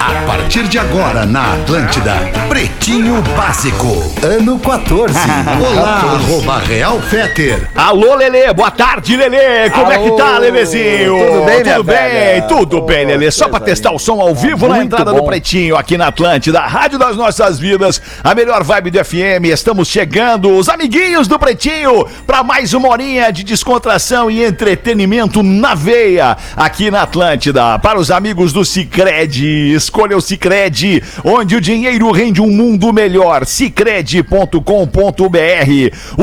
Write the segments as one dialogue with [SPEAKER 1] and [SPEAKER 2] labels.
[SPEAKER 1] A partir de agora na Atlântida, Pretinho Básico, ano 14. Olá, arroba Real Feter.
[SPEAKER 2] Alô, Lelê, boa tarde, Lelê. Como é que tá,
[SPEAKER 3] Alô,
[SPEAKER 2] Lelezinho?
[SPEAKER 3] tudo bem, minha
[SPEAKER 2] Tudo bem,
[SPEAKER 3] velha?
[SPEAKER 2] tudo bem,
[SPEAKER 3] Ô,
[SPEAKER 2] Lelê. Só pra
[SPEAKER 3] coisa
[SPEAKER 2] testar o som ao vivo na
[SPEAKER 3] Muito
[SPEAKER 2] entrada do
[SPEAKER 3] bom.
[SPEAKER 2] Pretinho aqui na Atlântida, a Rádio das Nossas Vidas, a melhor vibe do FM. Estamos chegando, os amiguinhos do Pretinho, pra mais uma horinha de descontração e entretenimento na veia aqui na Atlântida. Para os amigos do Cicred, escolha o Cicred, onde o dinheiro rende um mundo melhor. Cicred.com.br.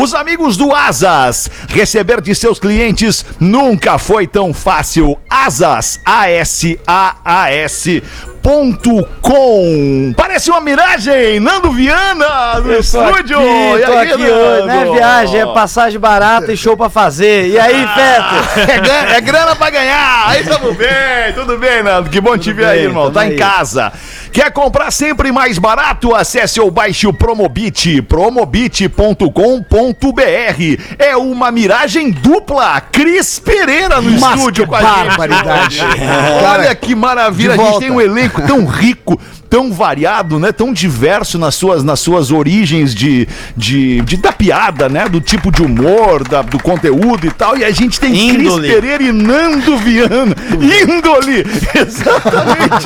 [SPEAKER 2] Os amigos do Asas, receber de seus clientes nunca foi tão fácil. Asas, A-S-A-A-S. Ponto com. Parece uma miragem, Nando Viana no estúdio. E
[SPEAKER 3] tô
[SPEAKER 2] aí,
[SPEAKER 3] aqui
[SPEAKER 2] Nando?
[SPEAKER 3] hoje, né? Viagem, é passagem barata e show pra fazer. E aí, Fetter?
[SPEAKER 2] É grana, é grana pra ganhar. Aí tamo bem, tudo bem, Nando? Que bom te ver aí,
[SPEAKER 3] bem,
[SPEAKER 2] irmão.
[SPEAKER 3] tamo
[SPEAKER 2] Tá em
[SPEAKER 3] aí.
[SPEAKER 2] casa. Quer comprar sempre mais barato? Acesse ou baixe o Promobit, promobit.com.br. É uma miragem dupla. Cris Pereira no
[SPEAKER 4] Mas
[SPEAKER 2] estúdio
[SPEAKER 4] que
[SPEAKER 2] com a gente.
[SPEAKER 4] barbaridade.
[SPEAKER 2] Olha que maravilha. A
[SPEAKER 4] de
[SPEAKER 2] gente
[SPEAKER 4] volta.
[SPEAKER 2] tem um elenco tão rico. Tão variado, né? Tão diverso nas suas, nas suas origens de, de, de- da piada, né? Do tipo de humor, da- do conteúdo e tal. E a gente tem
[SPEAKER 3] Índole.
[SPEAKER 2] Cris Pereira e Nando Viana. Índole! Exatamente!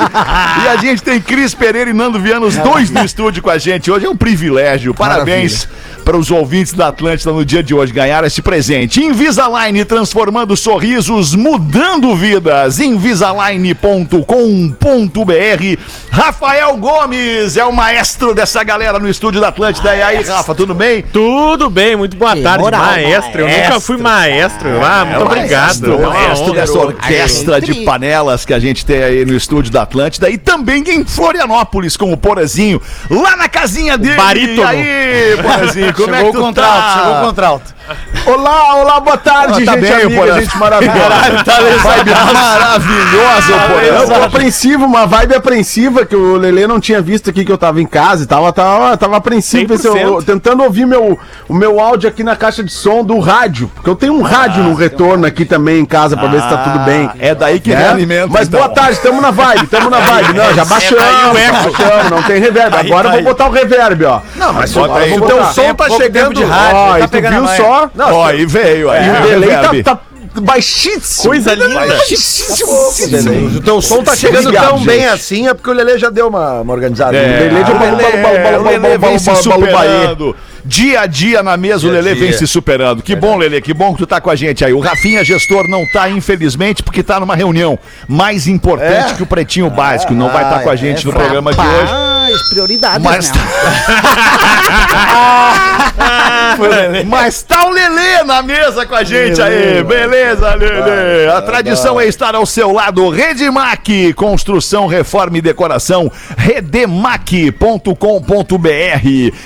[SPEAKER 2] e a gente tem Cris Pereira e Nando Viana, os dois no estúdio com a gente hoje. É um privilégio. Parabéns para os ouvintes da Atlântida no dia de hoje ganhar esse presente. Invisalign transformando sorrisos, mudando vidas. Invisalign.com.br. Rafael Gomes é o maestro dessa galera no estúdio da Atlântida. E aí, Rafa, tudo bem?
[SPEAKER 5] Tudo bem, muito boa tarde,
[SPEAKER 4] moral,
[SPEAKER 5] maestro. Eu nunca fui maestro. Ah, muito obrigado.
[SPEAKER 2] O
[SPEAKER 5] É uma
[SPEAKER 2] resto
[SPEAKER 5] honra.
[SPEAKER 2] dessa orquestra de panelas que a gente tem aí no estúdio da Atlântida e também em Florianópolis com o Porazinho, lá na casinha dele.
[SPEAKER 5] barítono.
[SPEAKER 2] E aí, Porazinho, como é que tu tá?
[SPEAKER 3] chegou o contralto.
[SPEAKER 2] Olá, olá, boa tarde,
[SPEAKER 4] Ah, tá
[SPEAKER 2] gente
[SPEAKER 4] bem,
[SPEAKER 2] amiga,
[SPEAKER 4] Porã.
[SPEAKER 2] gente maravilhosa. Vibe maravilhosa,
[SPEAKER 4] Eu tô
[SPEAKER 2] Porã.
[SPEAKER 4] apreensivo, uma vibe apreensiva que o Lelê não tinha visto aqui que eu tava em casa e tal. Eu tava, eu tava apreensivo, pensei, eu- eu- tentando ouvir meu, o meu áudio aqui na caixa de som do rádio. Porque eu tenho um rádio no retorno aqui também em casa pra ver se tá tudo bem.
[SPEAKER 2] É daí que
[SPEAKER 4] Né?
[SPEAKER 2] me alimenta.
[SPEAKER 4] Mas boa
[SPEAKER 2] então.
[SPEAKER 4] tarde, tamo na vibe, tamo na vibe. Não, já baixamos,
[SPEAKER 5] daí o
[SPEAKER 4] já
[SPEAKER 5] eco.
[SPEAKER 4] baixamos, não tem reverb. Agora eu vou botar o reverb, ó. Não, mas
[SPEAKER 2] bota aí.
[SPEAKER 4] Então o som tá chegando de rádio. Ó, e tu viu só? Não,
[SPEAKER 2] Ó, e veio aí.
[SPEAKER 4] e o
[SPEAKER 2] veio verbe.
[SPEAKER 4] delay tá, tá baixíssimo.
[SPEAKER 5] Coisa linda.
[SPEAKER 3] O teu som tá chegando tão bem assim, é porque o Lele já deu uma, uma organizada.
[SPEAKER 2] É,
[SPEAKER 4] Lelê de
[SPEAKER 2] o
[SPEAKER 4] balu-
[SPEAKER 2] Lelê-
[SPEAKER 4] balu- balu-
[SPEAKER 2] o Lelê
[SPEAKER 4] balu-
[SPEAKER 2] vem
[SPEAKER 4] balu-
[SPEAKER 2] se
[SPEAKER 4] balu-
[SPEAKER 2] superando. Dia a dia na mesa, o Lelê vem se superando. Que bom, Lelê, que bom que tu tá com a gente aí. O Rafinha Gestor não tá, infelizmente, porque tá numa reunião mais importante que o Pretinho Básico. Não vai estar com a gente no programa de hoje.
[SPEAKER 6] Rapaz, prioridades,
[SPEAKER 2] Mas tá
[SPEAKER 6] né?
[SPEAKER 2] Mas tá o Lelê na mesa com a gente aí. Beleza, Lelê. A tradição é estar ao seu lado. Redemac, construção, reforma e decoração. Redemac.com.br.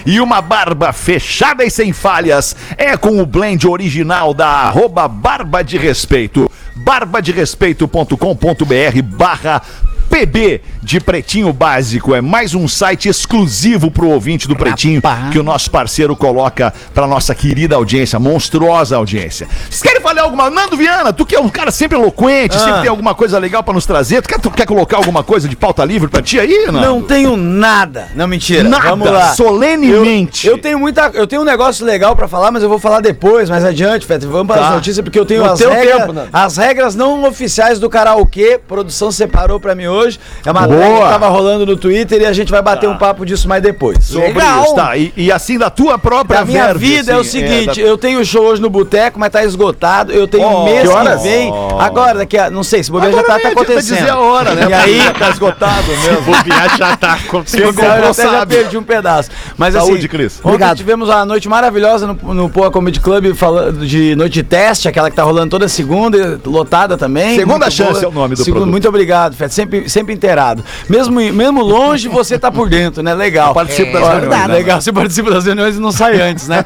[SPEAKER 2] E uma barba fechada e sem falhas é com o blend original da arroba Barba de Respeito. barbaderespeito.com.br barra PB de Pretinho Básico é mais um site exclusivo pro ouvinte do Pretinho que o nosso parceiro coloca pra nossa querida audiência, monstruosa audiência. Vocês querem falar alguma? Nando Viana, tu que é um cara sempre eloquente,
[SPEAKER 3] Ah.
[SPEAKER 2] sempre tem alguma coisa legal pra nos trazer, tu quer, tu quer colocar alguma coisa de pauta livre pra ti aí? Nando?
[SPEAKER 3] Não tenho nada. Não, mentira.
[SPEAKER 2] nada,
[SPEAKER 3] Vamos lá.
[SPEAKER 2] solenemente.
[SPEAKER 3] Eu tenho muita. Eu tenho um negócio legal pra falar, mas eu vou falar depois, mais adiante, Fetter. Vamos
[SPEAKER 2] Tá.
[SPEAKER 3] para as notícias, porque eu tenho
[SPEAKER 4] No
[SPEAKER 3] as
[SPEAKER 4] teu
[SPEAKER 3] regras.
[SPEAKER 4] tempo, né?
[SPEAKER 3] As regras não oficiais do karaokê. Produção separou pra mim hoje. É uma
[SPEAKER 4] Boa.
[SPEAKER 3] live que tava rolando no Twitter e a gente vai bater um papo disso mais depois.
[SPEAKER 2] Sobre isso, tá? E, e assim da tua própria
[SPEAKER 3] Da minha
[SPEAKER 2] verve,
[SPEAKER 3] vida é o
[SPEAKER 2] assim,
[SPEAKER 3] seguinte,
[SPEAKER 2] da-
[SPEAKER 3] eu tenho show hoje no boteco, mas tá esgotado. Eu tenho
[SPEAKER 2] Oh,
[SPEAKER 3] mês
[SPEAKER 2] que
[SPEAKER 3] que
[SPEAKER 2] horas? Oh.
[SPEAKER 3] vem. Agora, daqui a. Não sei, se bobear já
[SPEAKER 2] Agora
[SPEAKER 3] tá,
[SPEAKER 2] nem
[SPEAKER 3] tá
[SPEAKER 2] adianta
[SPEAKER 3] acontecendo.
[SPEAKER 2] dizer a hora, né?
[SPEAKER 3] E aí.
[SPEAKER 2] tá esgotado mesmo.
[SPEAKER 5] Vou viajar, já tá acontecendo.
[SPEAKER 3] Eu já, até já
[SPEAKER 2] sabe.
[SPEAKER 3] perdi um pedaço. Mas
[SPEAKER 2] Saúde,
[SPEAKER 3] assim,
[SPEAKER 2] Cris.
[SPEAKER 3] ontem
[SPEAKER 6] Obrigado.
[SPEAKER 3] tivemos uma noite maravilhosa no, no Poa Comedy Club, falando de noite de teste, aquela que tá rolando toda segunda, lotada também.
[SPEAKER 2] Segunda
[SPEAKER 3] Muito
[SPEAKER 2] chance é o nome do produto.
[SPEAKER 3] Muito obrigado, Fed, sempre, sempre inteirado. Mesmo, mesmo longe, você tá por dentro, né? Legal.
[SPEAKER 2] participo das
[SPEAKER 3] Ó,
[SPEAKER 2] reuniões, né?
[SPEAKER 3] Legal, você participa das reuniões e não sai antes, né?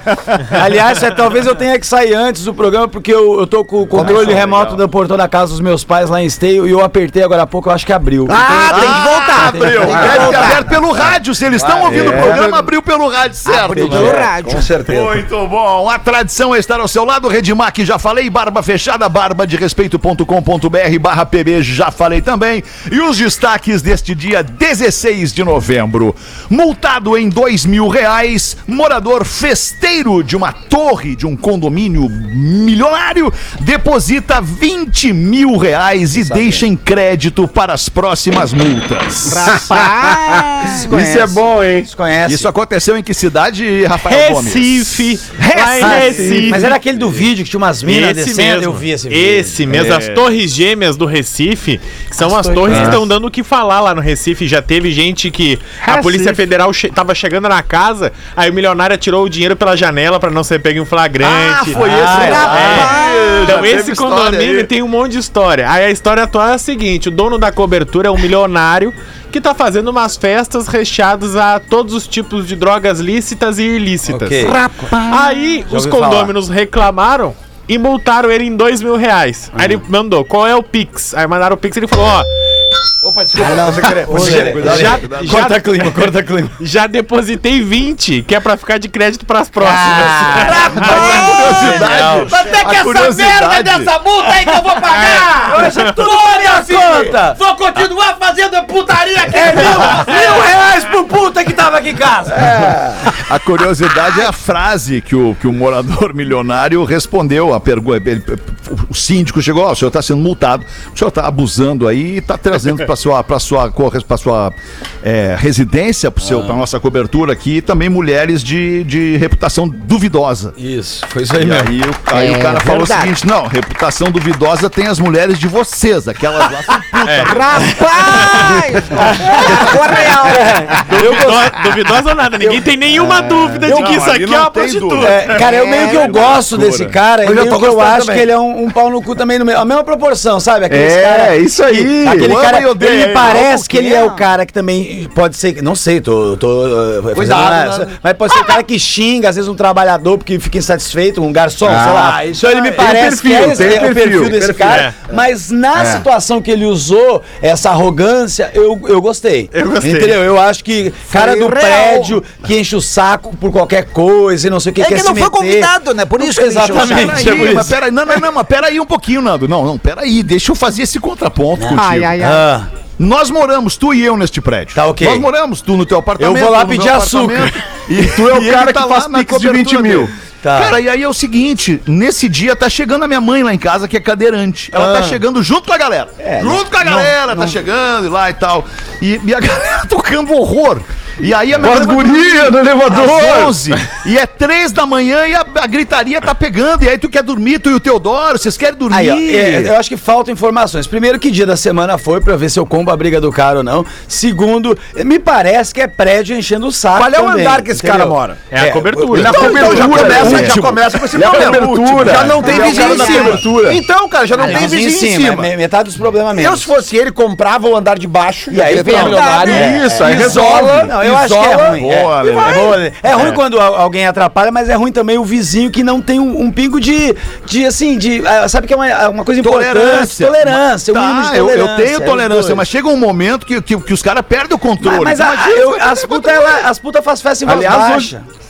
[SPEAKER 3] Aliás, Fed, talvez eu tenha que sair antes do programa, porque eu, eu tô com o controle remoto do portão da casa dos meus pais lá em Esteio e eu apertei agora há pouco, eu acho que abriu.
[SPEAKER 6] Ah, tem que voltar.
[SPEAKER 3] Abriu.
[SPEAKER 2] Abriu.
[SPEAKER 6] Tem que
[SPEAKER 2] Deve ter
[SPEAKER 6] voltar.
[SPEAKER 2] aberto pelo rádio, rádio, se eles estão
[SPEAKER 6] Claro,
[SPEAKER 2] ouvindo
[SPEAKER 6] é.
[SPEAKER 2] o programa, abriu pelo rádio,
[SPEAKER 3] Ah,
[SPEAKER 2] certo?
[SPEAKER 6] Abriu
[SPEAKER 2] né?
[SPEAKER 6] pelo rádio.
[SPEAKER 7] Com certeza.
[SPEAKER 2] Muito bom. A tradição é estar ao seu lado. Redmac, já falei. Barba fechada, barba de respeito.com.br, barra PB, já falei também. E os destaques deste dia 16 de novembro. Multado em dois mil reais, morador festeiro de uma torre de um condomínio milionário, deposita 20 mil reais e deixa em crédito para as próximas multas.
[SPEAKER 6] Rapaz,
[SPEAKER 4] Isso é bom, hein?
[SPEAKER 3] Desconhece.
[SPEAKER 2] Isso aconteceu em que cidade, Rafael
[SPEAKER 5] Recife. Lá em
[SPEAKER 3] Ah,
[SPEAKER 5] Recife.
[SPEAKER 3] Mas era aquele do vídeo que tinha umas minas
[SPEAKER 5] Esse
[SPEAKER 3] descendo,
[SPEAKER 5] mesmo,
[SPEAKER 3] eu vi esse vídeo.
[SPEAKER 5] esse mesmo, as torres gêmeas do Recife, que são as, torres que estão dando o que falar lá no Recife. Já teve gente que a Polícia Federal che tava chegando na casa, aí o milionário tirou o dinheiro pela janela pra não ser pego em flagrante.
[SPEAKER 2] Ah, foi esse rapaz.
[SPEAKER 5] é.
[SPEAKER 2] Já
[SPEAKER 5] Então
[SPEAKER 2] teve
[SPEAKER 5] esse
[SPEAKER 2] história aí.
[SPEAKER 5] condomínio tem um monte de história. Aí a história atual é a seguinte, o dono da cobertura é um milionário que tá fazendo umas festas recheadas a todos os tipos de drogas lícitas e ilícitas.
[SPEAKER 7] Ok.
[SPEAKER 5] Aí os condôminos reclamaram e multaram ele em dois mil reais. Aí
[SPEAKER 2] Hum.
[SPEAKER 5] ele mandou, qual é o Pix? Aí mandaram o Pix e ele falou, ó,
[SPEAKER 3] É,
[SPEAKER 5] já, já,
[SPEAKER 3] clima, corta clima.
[SPEAKER 5] já depositei 20, que é pra ficar de crédito pras próximas.
[SPEAKER 2] curiosidade. Até que essa merda é dessa
[SPEAKER 3] Conta! Vou continuar fazendo putaria aqui, mil, mil reais É, pro puta que tava aqui em casa.
[SPEAKER 2] A curiosidade é a frase que o, que o morador milionário respondeu à pergunta. Ele- O síndico chegou, ó, o senhor está sendo multado, o senhor está abusando aí e está trazendo para sua, pra sua, corre- pra sua é, residência, para a nossa cobertura aqui, e também mulheres de, de reputação duvidosa.
[SPEAKER 7] Isso, foi isso
[SPEAKER 2] E
[SPEAKER 7] aí mesmo.
[SPEAKER 2] aí, o, aí
[SPEAKER 6] É
[SPEAKER 2] o cara falou o
[SPEAKER 6] verdade.
[SPEAKER 2] seguinte: não, reputação duvidosa tem as mulheres de vocês, aquelas lá são putas.
[SPEAKER 6] Rapaz! Agora é a hora.
[SPEAKER 5] Duvido- duvidosa nada, ninguém tem nenhuma dúvida de que
[SPEAKER 2] Não,
[SPEAKER 5] isso
[SPEAKER 2] ali
[SPEAKER 5] aqui
[SPEAKER 2] não
[SPEAKER 5] é uma
[SPEAKER 2] tem
[SPEAKER 5] prostituta.
[SPEAKER 2] dúvida.
[SPEAKER 3] É, cara, eu meio que eu gosto desse cara, eu
[SPEAKER 7] Eu já
[SPEAKER 3] meio
[SPEAKER 7] tô
[SPEAKER 3] que eu
[SPEAKER 7] gostando
[SPEAKER 3] acho
[SPEAKER 7] também.
[SPEAKER 3] que ele é um, um pau no cu também, no meio, a mesma proporção, sabe? Aqueles
[SPEAKER 2] É,
[SPEAKER 3] cara-
[SPEAKER 2] isso aí.
[SPEAKER 3] que- Aquele
[SPEAKER 2] Eu amo
[SPEAKER 3] cara,
[SPEAKER 2] e odeio,
[SPEAKER 3] ele
[SPEAKER 2] hein?
[SPEAKER 3] parece que ele é o
[SPEAKER 6] é.
[SPEAKER 3] cara que também pode ser, não sei, tô, tô uh, fazendo
[SPEAKER 7] Cuidado,
[SPEAKER 3] uma-
[SPEAKER 7] né?
[SPEAKER 3] mas pode ser o cara que xinga, às vezes um trabalhador porque fica insatisfeito, um garçom, sei lá. Então ele me
[SPEAKER 4] tem
[SPEAKER 3] parece que é
[SPEAKER 4] perfil,
[SPEAKER 3] esse-
[SPEAKER 4] tem
[SPEAKER 3] é o perfil
[SPEAKER 4] perfil,
[SPEAKER 3] desse
[SPEAKER 4] perfil.
[SPEAKER 3] cara, mas na situação que ele usou essa arrogância, eu, eu gostei.
[SPEAKER 5] Eu gostei.
[SPEAKER 3] Entendeu? Eu acho que cara do
[SPEAKER 6] real.
[SPEAKER 3] prédio que enche o saco por qualquer coisa e não sei o que
[SPEAKER 6] É
[SPEAKER 3] quer
[SPEAKER 6] que não
[SPEAKER 3] se
[SPEAKER 6] foi
[SPEAKER 3] meter.
[SPEAKER 6] convidado, né? Por isso que ele encheu o saco.
[SPEAKER 3] Exatamente.
[SPEAKER 2] Peraí,
[SPEAKER 3] Tipo
[SPEAKER 2] mas
[SPEAKER 3] isso.
[SPEAKER 2] peraí, não, não, não, mas peraí um pouquinho, Nando. Não, não, peraí, deixa eu fazer esse contraponto contigo.
[SPEAKER 6] Ai, ai, ai.
[SPEAKER 3] Ah.
[SPEAKER 2] Nós moramos, tu e eu, neste prédio.
[SPEAKER 3] Tá, ok.
[SPEAKER 2] Nós moramos, tu no teu apartamento.
[SPEAKER 3] Eu vou lá
[SPEAKER 2] no meu
[SPEAKER 3] pedir açúcar.
[SPEAKER 2] apartamento, E tu é o cara que faz pix de 20 mil.
[SPEAKER 3] Tá.
[SPEAKER 2] Cara, e aí é o seguinte, nesse dia tá chegando a minha mãe lá em casa, que é cadeirante. Ela
[SPEAKER 3] Ah.
[SPEAKER 2] tá chegando junto com a galera.
[SPEAKER 3] É,
[SPEAKER 2] junto com a galera, tá chegando e lá e tal. E, e a galera tocando horror. E aí a minha
[SPEAKER 4] As
[SPEAKER 2] mãe vai
[SPEAKER 4] gurias no
[SPEAKER 2] às
[SPEAKER 4] elevador.
[SPEAKER 2] 11, e é 3 da manhã e a, a gritaria tá pegando. E aí tu quer dormir, tu e o Teodoro, vocês querem dormir.
[SPEAKER 3] Aí, ó, é, eu acho que faltam informações. Primeiro, que dia da semana foi pra ver se eu combo a briga do cara ou não. Segundo, me parece que é prédio enchendo o saco.
[SPEAKER 7] Qual é o
[SPEAKER 3] também,
[SPEAKER 7] andar que esse cara
[SPEAKER 3] entendeu?
[SPEAKER 7] mora?
[SPEAKER 5] É a cobertura.
[SPEAKER 4] Na
[SPEAKER 7] Então já
[SPEAKER 4] cobertura,
[SPEAKER 7] começa,
[SPEAKER 4] né?
[SPEAKER 7] já começa com esse
[SPEAKER 4] Ele é
[SPEAKER 7] problema.
[SPEAKER 4] cobertura.
[SPEAKER 7] Já não tem
[SPEAKER 4] Ele é o
[SPEAKER 7] vizinho
[SPEAKER 4] cara
[SPEAKER 7] em
[SPEAKER 4] da
[SPEAKER 7] cima.
[SPEAKER 4] cobertura.
[SPEAKER 7] Então, cara, já não
[SPEAKER 3] Tem
[SPEAKER 7] tem
[SPEAKER 3] vizinho em cima. é Metade dos problemas mesmo.
[SPEAKER 7] Eu, se fosse ele, comprava o andar de baixo.
[SPEAKER 3] E aí vem a
[SPEAKER 7] milionário.
[SPEAKER 3] verdade, É,
[SPEAKER 4] Isso, aí
[SPEAKER 7] isola.
[SPEAKER 4] resolve.
[SPEAKER 3] Não, eu acho que é
[SPEAKER 7] Isola.
[SPEAKER 3] ruim. é.
[SPEAKER 2] Boa, Lelê.
[SPEAKER 3] É, boa, Lelê. É ruim quando al- alguém atrapalha, mas é ruim também o vizinho que não tem um, um pingo de, de, assim, de, ah, sabe que é uma, uma coisa
[SPEAKER 2] Tolerância.
[SPEAKER 3] importante, tolerância, um mínimo
[SPEAKER 2] Tá,
[SPEAKER 3] de
[SPEAKER 2] eu,
[SPEAKER 3] tolerância.
[SPEAKER 2] eu tenho
[SPEAKER 3] é os
[SPEAKER 2] tolerância,
[SPEAKER 3] dois.
[SPEAKER 2] mas chega um momento que, que, que os caras perdem o controle.
[SPEAKER 3] Mas, mas a- eu- as putas puta faz festa em voz
[SPEAKER 4] Aliás, hoje-
[SPEAKER 3] baixa.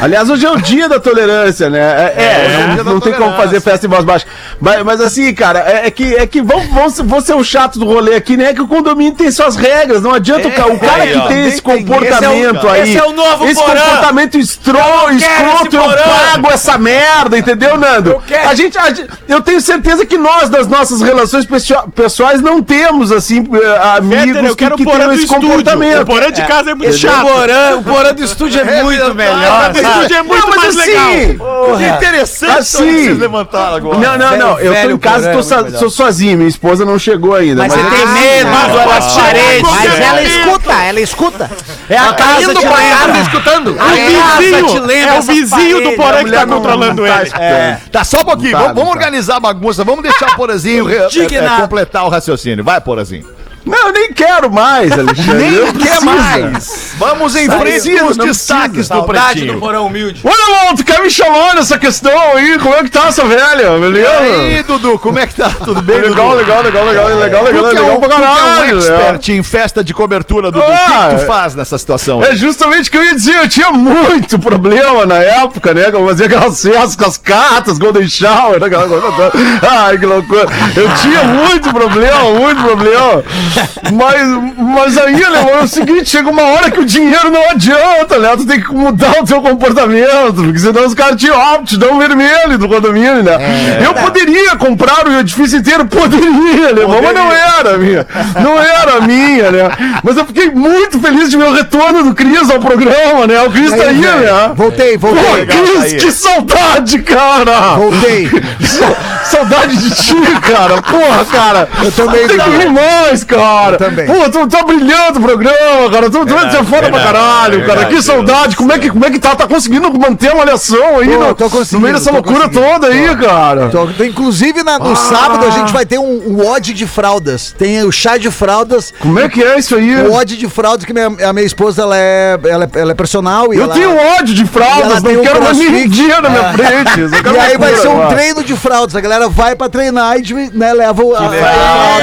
[SPEAKER 4] Aliás, hoje é o dia da tolerância, né? É, é,
[SPEAKER 2] hoje é o dia da
[SPEAKER 4] não tem como
[SPEAKER 2] tolerância.
[SPEAKER 4] fazer festa em voz baixa. Mas, mas assim, cara, é, é que, é que vão, vão, ser- vão ser o chato do rolê aqui, né? É que o condomínio tem suas regras, não adianta o cara, o cara
[SPEAKER 2] aí, ó.
[SPEAKER 4] que tem esse comportamento
[SPEAKER 2] esse é o-
[SPEAKER 4] aí.
[SPEAKER 3] esse é o novo
[SPEAKER 4] Esse
[SPEAKER 3] Porã.
[SPEAKER 4] comportamento estro, escroto, eu pago essa merda, entendeu, Nando? A gente, a gente- eu tenho certeza que nós, das nossas relações pessoa- pessoais, não temos, assim, eh, amigos
[SPEAKER 5] Peter, eu quero
[SPEAKER 4] que,
[SPEAKER 5] o
[SPEAKER 4] que
[SPEAKER 5] porão
[SPEAKER 4] tenham
[SPEAKER 5] do
[SPEAKER 4] esse
[SPEAKER 5] estúdio. O
[SPEAKER 4] comportamento.
[SPEAKER 5] porão de casa é muito chato.
[SPEAKER 3] Porã, o Porã do estúdio é muito melhor.
[SPEAKER 5] O estúdio é muito
[SPEAKER 4] Não, mas
[SPEAKER 5] mais legal.
[SPEAKER 2] interessante
[SPEAKER 4] Assim.
[SPEAKER 2] que vocês levantaram agora.
[SPEAKER 4] Não, não,
[SPEAKER 3] Velho,
[SPEAKER 4] não. Eu tô
[SPEAKER 3] velho
[SPEAKER 4] em casa e
[SPEAKER 3] programa,
[SPEAKER 4] tô, so-
[SPEAKER 3] muito melhor.
[SPEAKER 4] sou sozinho. Minha esposa não chegou ainda. Mas,
[SPEAKER 3] Mas você tem
[SPEAKER 6] Ah,
[SPEAKER 3] medo né?
[SPEAKER 6] não.
[SPEAKER 3] das paredes.
[SPEAKER 6] Mas
[SPEAKER 5] É.
[SPEAKER 6] ela escuta, ela escuta.
[SPEAKER 3] É a casa
[SPEAKER 6] indo
[SPEAKER 3] te
[SPEAKER 6] pra
[SPEAKER 3] lembra.
[SPEAKER 6] casa escutando.
[SPEAKER 5] O vizinho, é o
[SPEAKER 3] essas
[SPEAKER 5] vizinho do
[SPEAKER 3] paredes,
[SPEAKER 5] porão
[SPEAKER 3] a
[SPEAKER 5] que
[SPEAKER 3] mulher
[SPEAKER 5] tá
[SPEAKER 3] não-
[SPEAKER 5] controlando ele.
[SPEAKER 2] É. Tá, só um pouquinho.
[SPEAKER 4] Não tá,
[SPEAKER 2] vamos vamos
[SPEAKER 4] não tá.
[SPEAKER 2] organizar a bagunça. Vamos deixar o Porazinho re- é, é,
[SPEAKER 3] Indignado.
[SPEAKER 2] completar o raciocínio. Vai, Porazinho.
[SPEAKER 4] Não, eu nem quero mais, Alexandre. eu preciso.
[SPEAKER 2] Vamos em frente
[SPEAKER 4] precisa,
[SPEAKER 2] com os
[SPEAKER 4] não
[SPEAKER 2] destaques
[SPEAKER 4] precisa.
[SPEAKER 2] do Pretinho.
[SPEAKER 3] porão humilde.
[SPEAKER 4] Olha, mano, tu quer me chamando essa questão aí? Como é que tá essa velha?
[SPEAKER 2] E
[SPEAKER 4] Beleza?
[SPEAKER 2] aí, Dudu, como é que tá? Tudo bem,
[SPEAKER 4] legal,
[SPEAKER 2] Dudu?
[SPEAKER 4] legal, legal, legal, legal, legal,
[SPEAKER 2] Tu que
[SPEAKER 4] legal,
[SPEAKER 2] é um,
[SPEAKER 4] legal pra
[SPEAKER 2] tu que é
[SPEAKER 4] caralho.
[SPEAKER 2] um
[SPEAKER 4] né?
[SPEAKER 2] expert em festa de cobertura, Dudu. O que,
[SPEAKER 4] Ah,
[SPEAKER 2] que tu faz nessa situação?
[SPEAKER 4] É justamente o que eu ia dizer, eu tinha muito problema na época, né? Que eu fazia aquelas festas com as cartas, Golden Shower, né? aquela coisa toda. Ai, que loucura. Eu tinha muito problema, muito problema. Mas, mas aí, Alemão, é o seguinte, chega uma hora que o dinheiro não adianta, né? Tu tem que mudar o teu comportamento, porque senão os caras te, ó, te dão vermelho do condomínio, né? eu poderia comprar o edifício inteiro, poderia, Alemão, mas não era a minha. Não era a minha, né? Mas eu fiquei muito feliz de ver o retorno do Cris ao programa, né? O Cris tá aí, né?
[SPEAKER 6] Voltei,
[SPEAKER 4] Pô,
[SPEAKER 6] voltei.
[SPEAKER 4] Cris, que saudade, cara!
[SPEAKER 6] Voltei.
[SPEAKER 4] Sa- Saudade de ti, cara. Porra, cara. Eu
[SPEAKER 6] também,
[SPEAKER 4] Tem que
[SPEAKER 6] Dudu.
[SPEAKER 4] vir mais, cara.
[SPEAKER 6] Eu também.
[SPEAKER 4] Pô, tu tá brilhando o programa, cara. Tu, tu é foda pra caralho, cara. que saudade. Como é que, como é que tá? Tá conseguindo manter uma malhação aí
[SPEAKER 6] Tô,
[SPEAKER 4] no,
[SPEAKER 6] tô conseguindo,
[SPEAKER 4] no meio dessa
[SPEAKER 6] tô
[SPEAKER 4] loucura
[SPEAKER 6] conseguindo.
[SPEAKER 4] toda aí, cara?
[SPEAKER 6] Tô- tô- inclusive, na- no sábado, a gente vai ter um, um ódio de fraldas. Tem o chá de fraldas.
[SPEAKER 4] Como é que é isso aí?
[SPEAKER 6] O ódio de fraldas, que minha- a minha esposa, ela é, ela, é- ela é personal. E
[SPEAKER 4] Eu
[SPEAKER 6] ela-
[SPEAKER 4] tenho ódio de
[SPEAKER 6] e ela
[SPEAKER 4] fraldas,
[SPEAKER 6] tem
[SPEAKER 4] não
[SPEAKER 6] um
[SPEAKER 4] quero mais
[SPEAKER 6] crossfit. É.
[SPEAKER 4] nem dia na minha frente. Eu
[SPEAKER 7] Então
[SPEAKER 4] só quero
[SPEAKER 6] E
[SPEAKER 7] é
[SPEAKER 6] aí vai
[SPEAKER 4] loucura,
[SPEAKER 6] ser um
[SPEAKER 4] cara.
[SPEAKER 6] treino de fraldas. A galera vai pra treinar e de- né, leva o. a-
[SPEAKER 2] Ah,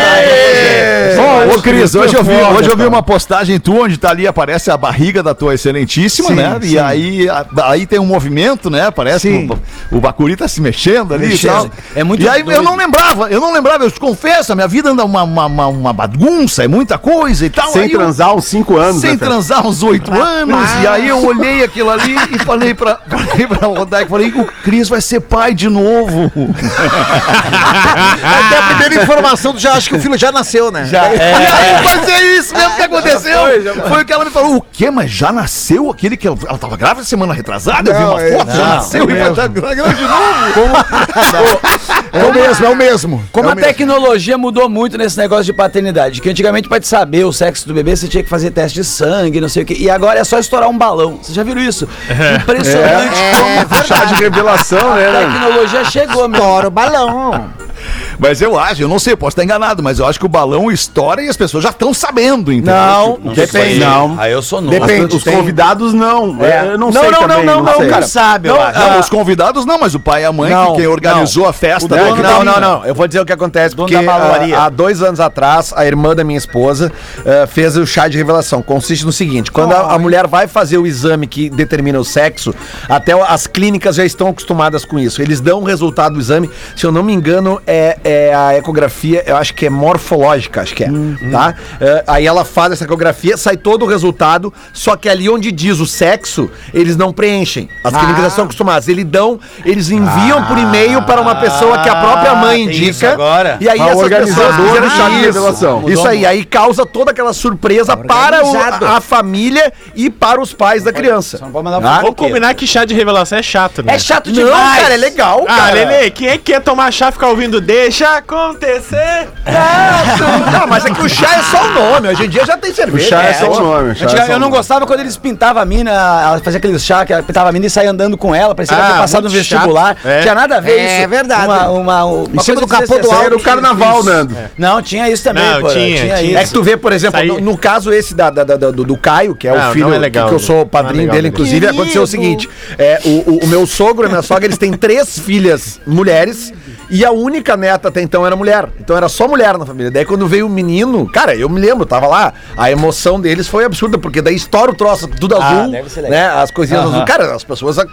[SPEAKER 4] Ó,
[SPEAKER 2] Ô, Cris, hoje eu vi,
[SPEAKER 4] foda,
[SPEAKER 2] hoje eu vi
[SPEAKER 4] cara.
[SPEAKER 2] uma postagem tua onde tá ali, aparece a barriga da tua excelentíssima,
[SPEAKER 6] Sim,
[SPEAKER 2] né?
[SPEAKER 6] sim.
[SPEAKER 2] E aí, a- aí tem um movimento, né? Parece
[SPEAKER 6] Sim.
[SPEAKER 2] que o, o Bacuri tá se mexendo ali
[SPEAKER 6] Mexendo.
[SPEAKER 2] e tal.
[SPEAKER 3] É muito
[SPEAKER 2] e aí
[SPEAKER 3] doido.
[SPEAKER 2] eu não lembrava, eu não lembrava, eu te confesso, a minha vida anda uma, uma, uma, uma bagunça, é muita coisa e tal.
[SPEAKER 4] Sem
[SPEAKER 6] um
[SPEAKER 2] aí eu-
[SPEAKER 4] transar uns 5 anos.
[SPEAKER 2] sem
[SPEAKER 4] né, cara?
[SPEAKER 2] transar uns oito anos. E aí eu olhei aquilo ali e falei pra, falei pra Rodaica, falei, o Cris vai ser pai de novo.
[SPEAKER 6] Até a primeira informação, tu já acha que o filho já nasceu, né? Já.
[SPEAKER 2] E aí mas é isso mesmo que aconteceu. foi, o que ela me falou. O quê? Mas já nasceu aquele que ela, ela tava grávida semana retrasada? eu
[SPEAKER 6] Não,
[SPEAKER 2] vi
[SPEAKER 6] é-
[SPEAKER 2] uma foto, já
[SPEAKER 6] não,
[SPEAKER 2] nasceu e vai estar grávida de novo.
[SPEAKER 6] É o mesmo, é o mesmo.
[SPEAKER 3] Como a tecnologia mudou muito nesse negócio de paternidade, que antigamente pra te saber o sexo do bebê você tinha que fazer teste de sangue, não sei o quê, e agora é só estourar um balão. Vocês já viram isso?
[SPEAKER 7] É.
[SPEAKER 4] É,
[SPEAKER 6] É,
[SPEAKER 3] Impressionante como
[SPEAKER 4] Chá de revelação, né?
[SPEAKER 3] a
[SPEAKER 4] né?
[SPEAKER 3] tecnologia chegou, meu.
[SPEAKER 6] Estoura o balão.
[SPEAKER 2] Mas eu acho, eu não sei, posso estar enganado, mas eu acho que o balão estoura e as pessoas já estão sabendo, entendeu?
[SPEAKER 3] Não,
[SPEAKER 4] Depende. Não.
[SPEAKER 3] Aí eu sou novo.
[SPEAKER 4] Depende. Os convidados não. É, eu não, sei
[SPEAKER 3] não,
[SPEAKER 4] também,
[SPEAKER 3] não, não,
[SPEAKER 4] sei.
[SPEAKER 3] cara. sabe, eu acho.
[SPEAKER 2] Não, os convidados não, mas o pai e a mãe,
[SPEAKER 7] Não,
[SPEAKER 2] que quem organizou a festa.
[SPEAKER 7] Não,
[SPEAKER 2] dono da
[SPEAKER 7] não,
[SPEAKER 2] mina.
[SPEAKER 7] não, não. Eu vou dizer o que acontece, porque
[SPEAKER 3] da balaria.
[SPEAKER 7] ah, há dois anos atrás, a irmã da minha esposa ah, fez o chá de revelação. Consiste no seguinte: quando a, a mulher vai fazer o exame que determina o sexo, até o- as clínicas já estão acostumadas com isso. Eles dão o resultado do exame, se eu não me engano, é, é a ecografia, eu acho que é morfológica, acho que é.
[SPEAKER 3] Uhum.
[SPEAKER 7] tá? Ah, aí ela faz essa ecografia, sai todo o resultado, só que ali onde diz o sexo, eles não preenchem. As
[SPEAKER 3] Ah.
[SPEAKER 7] clínicas já estão acostumadas. Eles dão, eles enviam por e-mail para uma pessoa que a própria mãe
[SPEAKER 3] Ah, tem isso
[SPEAKER 7] indica.
[SPEAKER 3] agora.
[SPEAKER 7] E aí
[SPEAKER 4] Uma
[SPEAKER 7] essas pessoas
[SPEAKER 4] organizadora
[SPEAKER 7] fizeram
[SPEAKER 4] do chá de revelação.
[SPEAKER 7] isso. Isso aí, aí causa toda aquela surpresa para o- a, a família e para os pais da criança.
[SPEAKER 3] Não pode mandar
[SPEAKER 7] Ah,
[SPEAKER 3] foto.
[SPEAKER 5] Vamos combinar que chá de revelação é chato, né?
[SPEAKER 3] É chato
[SPEAKER 7] Não,
[SPEAKER 3] demais.
[SPEAKER 7] cara, é legal,
[SPEAKER 5] Ah,
[SPEAKER 7] cara.
[SPEAKER 5] Lele, quem é que quer tomar chá e ficar ouvindo? Deixa acontecer.
[SPEAKER 7] Não, mas é que o chá é só o nome. Hoje em dia já tem cerveja.
[SPEAKER 4] O chá é só o nome. o chá é
[SPEAKER 3] Antiga-
[SPEAKER 4] só
[SPEAKER 3] eu não
[SPEAKER 4] o nome.
[SPEAKER 3] gostava quando eles pintavam a mina, ela fazia aquele chá que ela pintava a mina e saía andando com ela, parecia que ela
[SPEAKER 5] Ah,
[SPEAKER 3] tinha passado no
[SPEAKER 5] muito
[SPEAKER 3] vestibular.
[SPEAKER 5] chato. É.
[SPEAKER 3] Tinha nada a ver
[SPEAKER 6] É
[SPEAKER 3] isso.
[SPEAKER 6] verdade.
[SPEAKER 3] Uma, uma, uma
[SPEAKER 6] Em cima
[SPEAKER 3] coisa assim,
[SPEAKER 6] do capô do
[SPEAKER 4] Isso aí
[SPEAKER 3] desnecessária.
[SPEAKER 4] Era o carnaval, Nando.
[SPEAKER 3] É. Não, tinha isso também,
[SPEAKER 5] Não,
[SPEAKER 3] pô.
[SPEAKER 5] tinha, tinha.
[SPEAKER 7] É que tu vê, por exemplo,
[SPEAKER 5] Isso
[SPEAKER 7] no,
[SPEAKER 5] aí-
[SPEAKER 7] no caso esse da, da- da- do, do Caio, que é
[SPEAKER 5] Não,
[SPEAKER 7] o filho
[SPEAKER 5] não é legal,
[SPEAKER 7] que eu sou o
[SPEAKER 5] não é
[SPEAKER 7] padrinho
[SPEAKER 5] legal,
[SPEAKER 7] dele, inclusive,
[SPEAKER 6] Querido.
[SPEAKER 7] aconteceu o seguinte: é, o, o- o meu sogro e a minha sogra, eles têm três filhas mulheres, e a única neta até então era mulher. Então era só mulher na família. Daí quando veio o menino, cara, eu me lembro, tava lá, a emoção deles foi absurda, porque daí estoura o troço, tudo azul,
[SPEAKER 3] deve ser
[SPEAKER 7] né? As coisinhas azul. Cara, as pessoas. é-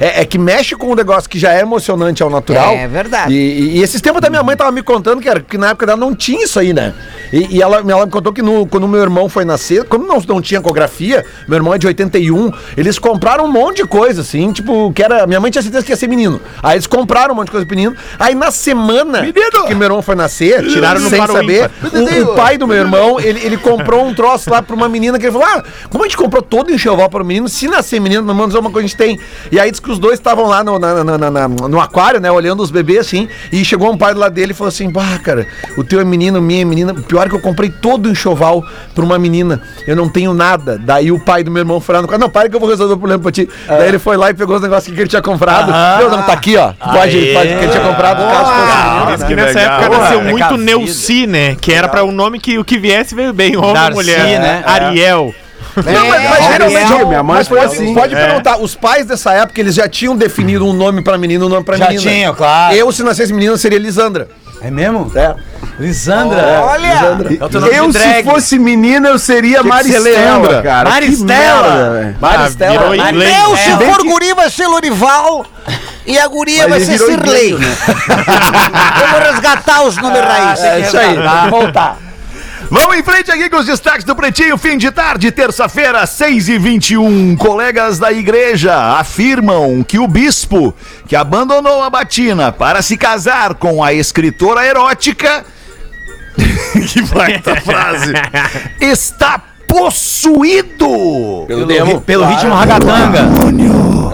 [SPEAKER 7] É, é que mexe com um negócio que já é emocionante ao natural.
[SPEAKER 6] É verdade.
[SPEAKER 7] E e, e esses tempos da minha mãe tava me contando, cara, que na época dela não tinha isso aí, né? E, e ela, ela me contou que no, quando meu irmão foi nascer, como não, não tinha ecografia, meu irmão é de 81, eles compraram um monte de coisa, assim, tipo, que era. Minha mãe tinha certeza que ia ser menino. Aí eles compraram um monte de coisa pro menino. Aí na semana que meu irmão foi nascer,
[SPEAKER 5] Tiraram no
[SPEAKER 7] sem
[SPEAKER 5] par ou
[SPEAKER 7] saber,
[SPEAKER 5] ímpar.
[SPEAKER 7] o, o pai do meu irmão, ele, ele comprou um troço lá pra uma menina que ele falou: Ah, como a gente comprou todo o enxoval para o menino, se nascer menino, não menos é uma coisa que a gente tem. E aí diz que os dois estavam lá no, na- na- na- na- no aquário, né, olhando os bebês assim, e chegou um pai do lado dele e falou assim: Bah, cara, o teu é menino, o minha é menina. O Pior é que eu comprei todo o enxoval pra uma menina, eu não tenho nada. Daí o pai do meu irmão foi lá no quarto: Não, para que eu vou resolver o problema pra ti. Daí ele foi lá e pegou os negócios que ele tinha comprado. Meu, não, tá aqui, ó. Pode, pode, que ele tinha comprado, caso fosse menino.
[SPEAKER 5] Ah, mas que nessa época nasceu muito Neuci, né? Que era pra um nome que o que viesse veio bem, homem
[SPEAKER 3] Darcy,
[SPEAKER 5] mulher.
[SPEAKER 3] né?
[SPEAKER 5] Ariel.
[SPEAKER 7] Não, mas, mas geralmente.
[SPEAKER 4] Ariel, minha mãe
[SPEAKER 7] mas
[SPEAKER 4] foi
[SPEAKER 7] pode,
[SPEAKER 4] assim.
[SPEAKER 7] pode perguntar, os pais dessa época eles já tinham definido um nome pra menino e um nome pra
[SPEAKER 3] Já
[SPEAKER 7] menina.
[SPEAKER 3] tinha, claro.
[SPEAKER 7] Eu, se nascesse menina, seria Lisandra.
[SPEAKER 3] É mesmo? É. Lisandra.
[SPEAKER 6] Olha!
[SPEAKER 2] Então,
[SPEAKER 3] É o teu nome
[SPEAKER 4] eu,
[SPEAKER 3] de
[SPEAKER 4] se
[SPEAKER 3] drag.
[SPEAKER 4] fosse menina, eu seria Maristela,
[SPEAKER 7] lembra?
[SPEAKER 4] cara.
[SPEAKER 3] Maristela.
[SPEAKER 5] Maristela. Ah, virou inglês.
[SPEAKER 6] Eu, se
[SPEAKER 3] Ah, É.
[SPEAKER 6] for guri, vai ser Lorival. E a guria
[SPEAKER 4] Mas
[SPEAKER 6] vai
[SPEAKER 4] ele
[SPEAKER 6] ser
[SPEAKER 4] virou
[SPEAKER 6] Sirley.
[SPEAKER 4] inglês,
[SPEAKER 6] Vamos resgatar os nomes raiz.
[SPEAKER 3] É isso aí. Voltar.
[SPEAKER 2] Vamos em frente aqui com os destaques do Pretinho, fim de tarde, terça-feira, 6h21. Colegas da igreja afirmam que o bispo, que abandonou a batina para se casar com a escritora erótica, que baita frase, está possuído.
[SPEAKER 7] Pelo demo.
[SPEAKER 3] Pelo ritmo ragatanga.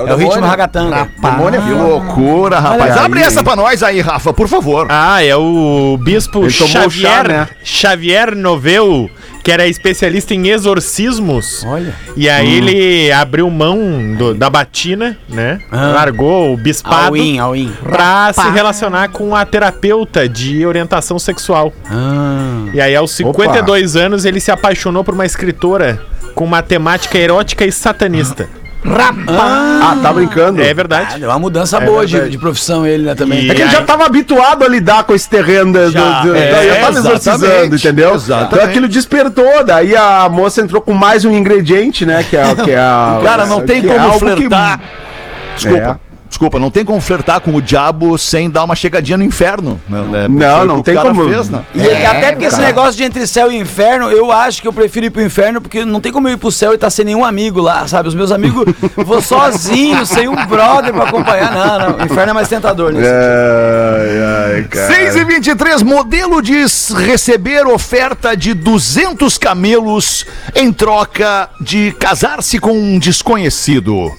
[SPEAKER 3] É o ritmo ragatanga.
[SPEAKER 7] Demônio é
[SPEAKER 2] Que
[SPEAKER 7] viu?
[SPEAKER 2] loucura, rapaz.
[SPEAKER 4] aí,
[SPEAKER 2] Abre essa pra nós aí, Rafa, por favor.
[SPEAKER 5] Ah, é o bispo
[SPEAKER 4] Ele tomou o
[SPEAKER 5] Xavier,
[SPEAKER 4] chá, né?
[SPEAKER 5] Xavier Noveu, que era especialista em exorcismos. Olha. E aí
[SPEAKER 4] Hum.
[SPEAKER 5] ele abriu mão do- da batina, né?
[SPEAKER 4] Ah.
[SPEAKER 5] Largou o bispado
[SPEAKER 3] Alwin, Alwin.
[SPEAKER 5] pra se relacionar com a terapeuta de orientação sexual.
[SPEAKER 4] Ah.
[SPEAKER 3] Ah.
[SPEAKER 5] E aí aos 52 anos ele se apaixonou por uma escritora com uma temática erótica e satanista.
[SPEAKER 4] Ah, tá brincando.
[SPEAKER 5] É
[SPEAKER 3] Ah,
[SPEAKER 5] verdade.
[SPEAKER 3] deu uma mudança boa de, de profissão ele, né, também.
[SPEAKER 5] E-
[SPEAKER 4] É que ele já tava habituado a lidar com esse terreno. Do,
[SPEAKER 3] Já,
[SPEAKER 4] do- do-
[SPEAKER 3] é,
[SPEAKER 4] já
[SPEAKER 2] exatamente,
[SPEAKER 4] tava exorcizando, entendeu?
[SPEAKER 2] exatamente.
[SPEAKER 4] Então aquilo despertou. Daí a moça entrou com mais um ingrediente, né? Que é, que é a.
[SPEAKER 2] Cara, não tem
[SPEAKER 4] que é
[SPEAKER 2] como
[SPEAKER 4] algo que-
[SPEAKER 2] flertar.
[SPEAKER 4] É.
[SPEAKER 2] Desculpa. Desculpa, não tem como flertar com o diabo sem dar uma chegadinha no inferno. né?
[SPEAKER 4] Não,
[SPEAKER 2] Foi o
[SPEAKER 4] não
[SPEAKER 2] que o
[SPEAKER 4] tem
[SPEAKER 2] cara
[SPEAKER 4] como.
[SPEAKER 2] fez, né?
[SPEAKER 3] E até porque esse negócio de entre céu e inferno, eu acho que eu prefiro ir pro inferno, porque não tem como eu ir pro céu e tá sem nenhum amigo lá, sabe? Os meus amigos, eu vou sozinho, sem um brother pra acompanhar. Não, não. Inferno é mais tentador, né?
[SPEAKER 4] É, Ai, ai, cara.
[SPEAKER 2] 6 e 23 modelo diz receber oferta de 200 camelos em troca de casar-se com um desconhecido.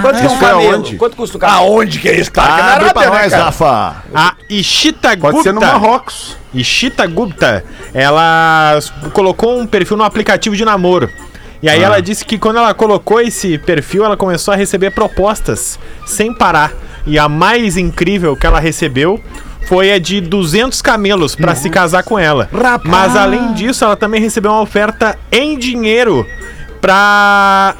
[SPEAKER 3] Quanto que é um
[SPEAKER 4] Isso é
[SPEAKER 3] camelo?
[SPEAKER 4] aonde?
[SPEAKER 3] Quanto custa o
[SPEAKER 7] Ah,
[SPEAKER 3] camelo?
[SPEAKER 2] Onde que é isso? Tá,
[SPEAKER 7] que na
[SPEAKER 2] abre pra
[SPEAKER 7] Arábia, né,
[SPEAKER 2] nós,
[SPEAKER 7] cara?
[SPEAKER 2] Rafa.
[SPEAKER 5] A Ishita Gupta.
[SPEAKER 4] Pode ser no Marrocos.
[SPEAKER 5] Ishita Gupta, ela s- colocou um perfil no aplicativo de namoro. E aí ela disse que quando ela colocou esse perfil, ela começou a receber propostas sem parar. E a mais incrível que ela recebeu foi a de 200 camelos pra se casar com ela. Mas além disso, ela também recebeu uma oferta em dinheiro pra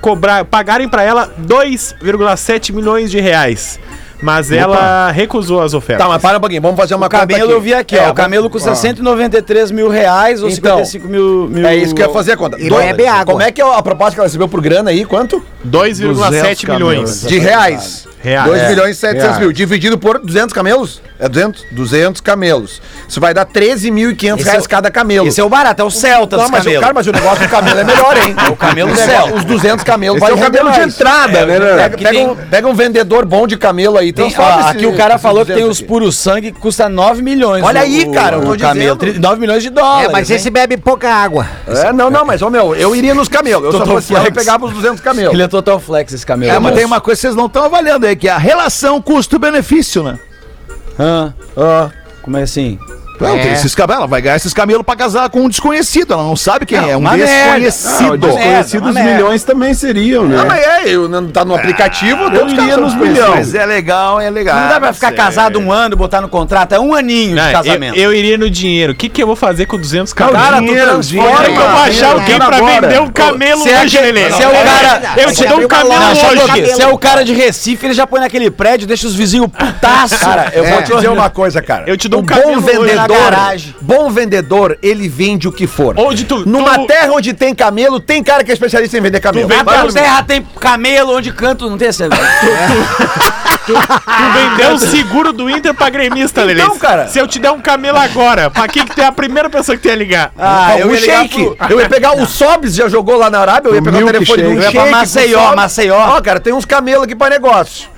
[SPEAKER 5] cobrar, pagarem pra ela 2,7 milhões de reais. Mas ela recusou as ofertas.
[SPEAKER 7] Tá, mas para um pouquinho, vamos fazer uma
[SPEAKER 3] O camelo
[SPEAKER 7] aqui.
[SPEAKER 3] eu vi aqui,
[SPEAKER 7] É,
[SPEAKER 3] ó. O camelo custa 193 mil reais ou
[SPEAKER 7] Então,
[SPEAKER 3] 55 mil, mil.
[SPEAKER 7] É isso que eu ia fazer a conta.
[SPEAKER 6] E vai beber água.
[SPEAKER 7] Como é que é a proposta que ela recebeu por grana aí? Quanto?
[SPEAKER 5] 2,7 milhões.
[SPEAKER 7] De reais.
[SPEAKER 5] Reais.
[SPEAKER 7] 2
[SPEAKER 5] É.
[SPEAKER 7] milhões e 700 mil.
[SPEAKER 4] Reais.
[SPEAKER 7] Dividido por 200 camelos? É 200? 200 camelos. Isso vai dar 13.500 reais cada camelo.
[SPEAKER 3] Esse é o barato, é o Celta
[SPEAKER 7] Não,
[SPEAKER 3] dos
[SPEAKER 7] mas, o-
[SPEAKER 3] camelos.
[SPEAKER 7] cara, mas o negócio do camelo é melhor, hein? O
[SPEAKER 3] camelo É,
[SPEAKER 7] do
[SPEAKER 3] céu.
[SPEAKER 7] Os 200 camelos
[SPEAKER 4] Esse é o
[SPEAKER 7] render
[SPEAKER 4] camelo de
[SPEAKER 7] mais.
[SPEAKER 4] entrada, né, né?
[SPEAKER 7] Pega, pega
[SPEAKER 3] tem-
[SPEAKER 7] um, pega um vendedor bom de camelo aí.
[SPEAKER 3] Tem, ó,
[SPEAKER 7] transforma
[SPEAKER 3] aqui
[SPEAKER 7] esse-
[SPEAKER 3] o cara
[SPEAKER 7] esses
[SPEAKER 3] falou que tem os
[SPEAKER 7] 200 aqui.
[SPEAKER 3] puro sangue que custa 9 milhões.
[SPEAKER 7] Olha
[SPEAKER 3] o-
[SPEAKER 7] aí, cara, eu tô
[SPEAKER 3] o camelo,
[SPEAKER 7] dizendo.
[SPEAKER 3] 39 milhões de dólares.
[SPEAKER 6] É, mas
[SPEAKER 3] hein?
[SPEAKER 7] né?
[SPEAKER 6] esse bebe pouca água.
[SPEAKER 7] É, não, não, mas, ô meu, eu iria nos camelos. Eu só
[SPEAKER 3] Total
[SPEAKER 7] fosse lá e
[SPEAKER 3] flex.
[SPEAKER 7] pegava os 200 camelos.
[SPEAKER 3] Ele é total flex esse camelo.
[SPEAKER 2] É, mas
[SPEAKER 3] moço.
[SPEAKER 2] tem uma coisa que vocês não estão avaliando aí, que é a relação custo-benefício, né?
[SPEAKER 3] Hã? Como é assim?
[SPEAKER 2] Não, tem esses cabelos, ela vai ganhar esses camelos pra casar com um desconhecido, ela não sabe quem é, um
[SPEAKER 3] uma merda.
[SPEAKER 4] Não,
[SPEAKER 2] desconhecido.
[SPEAKER 7] É,
[SPEAKER 4] desconhecidos
[SPEAKER 3] merda.
[SPEAKER 4] milhões também seriam, né?
[SPEAKER 7] Tipo, Não, mas é, eu não- tá no aplicativo,
[SPEAKER 4] eu
[SPEAKER 7] todos os
[SPEAKER 4] iria
[SPEAKER 7] caras
[SPEAKER 4] nos
[SPEAKER 7] são desconhecidos.
[SPEAKER 4] milhões.
[SPEAKER 2] Mas é legal, é legal.
[SPEAKER 3] Não dá pra ficar casado um ano, botar no contrato. É um aninho
[SPEAKER 5] Não,
[SPEAKER 3] de casamento.
[SPEAKER 5] Eu, eu irinha no dinheiro. O que, que eu vou fazer com 200
[SPEAKER 4] Não,
[SPEAKER 5] camelos?
[SPEAKER 4] dinheiro,
[SPEAKER 5] Olha que eu vou achar
[SPEAKER 4] dinheiro,
[SPEAKER 5] alguém
[SPEAKER 4] dinheiro
[SPEAKER 5] pra
[SPEAKER 4] agora.
[SPEAKER 5] vender um camelo
[SPEAKER 3] se é
[SPEAKER 5] hoje,
[SPEAKER 3] que-
[SPEAKER 5] Lelê.
[SPEAKER 3] se é o cara-
[SPEAKER 5] Eu te
[SPEAKER 6] se
[SPEAKER 5] dou um
[SPEAKER 6] abriu uma
[SPEAKER 5] camelo
[SPEAKER 3] Não, só um
[SPEAKER 5] hoje.
[SPEAKER 3] pouquinho. Se é o cara de Recife, ele já põe naquele prédio, deixa os vizinhos putaço. É. Cara,
[SPEAKER 7] Eu vou te dizer uma coisa, cara.
[SPEAKER 5] Eu te dou
[SPEAKER 7] um
[SPEAKER 5] um camelo
[SPEAKER 7] bom
[SPEAKER 3] na
[SPEAKER 5] hoje
[SPEAKER 3] garagem.
[SPEAKER 7] vendedor. Bom vendedor, ele vende o que for.
[SPEAKER 5] Onde tu-
[SPEAKER 7] Numa
[SPEAKER 5] tu-
[SPEAKER 7] terra onde tem camelo, tem cara que é especialista em vender camelo.
[SPEAKER 5] vende-
[SPEAKER 3] Até
[SPEAKER 5] Vamos.
[SPEAKER 3] o terra tem camelo onde canto, não tem essa.
[SPEAKER 5] Tu vendeu o seguro do Inter pra gremista, Lelê.
[SPEAKER 7] Então, cara.
[SPEAKER 5] Se eu te der um camelo agora, pra quem que tem a primeira pessoa que tem a ligar?
[SPEAKER 7] Ah, eu
[SPEAKER 3] O
[SPEAKER 7] ia ligar
[SPEAKER 3] Sheik.
[SPEAKER 7] pro- Eu ia pegar o Sobs, já jogou lá na Arábia, eu ia pegar o telefone do
[SPEAKER 4] milkshake.
[SPEAKER 7] Sheik.
[SPEAKER 4] Eu ia
[SPEAKER 3] pra
[SPEAKER 7] pro
[SPEAKER 3] Maceió,
[SPEAKER 7] Sobs.
[SPEAKER 3] Maceió.
[SPEAKER 7] Ó, cara, tem uns camelos aqui pra negócio.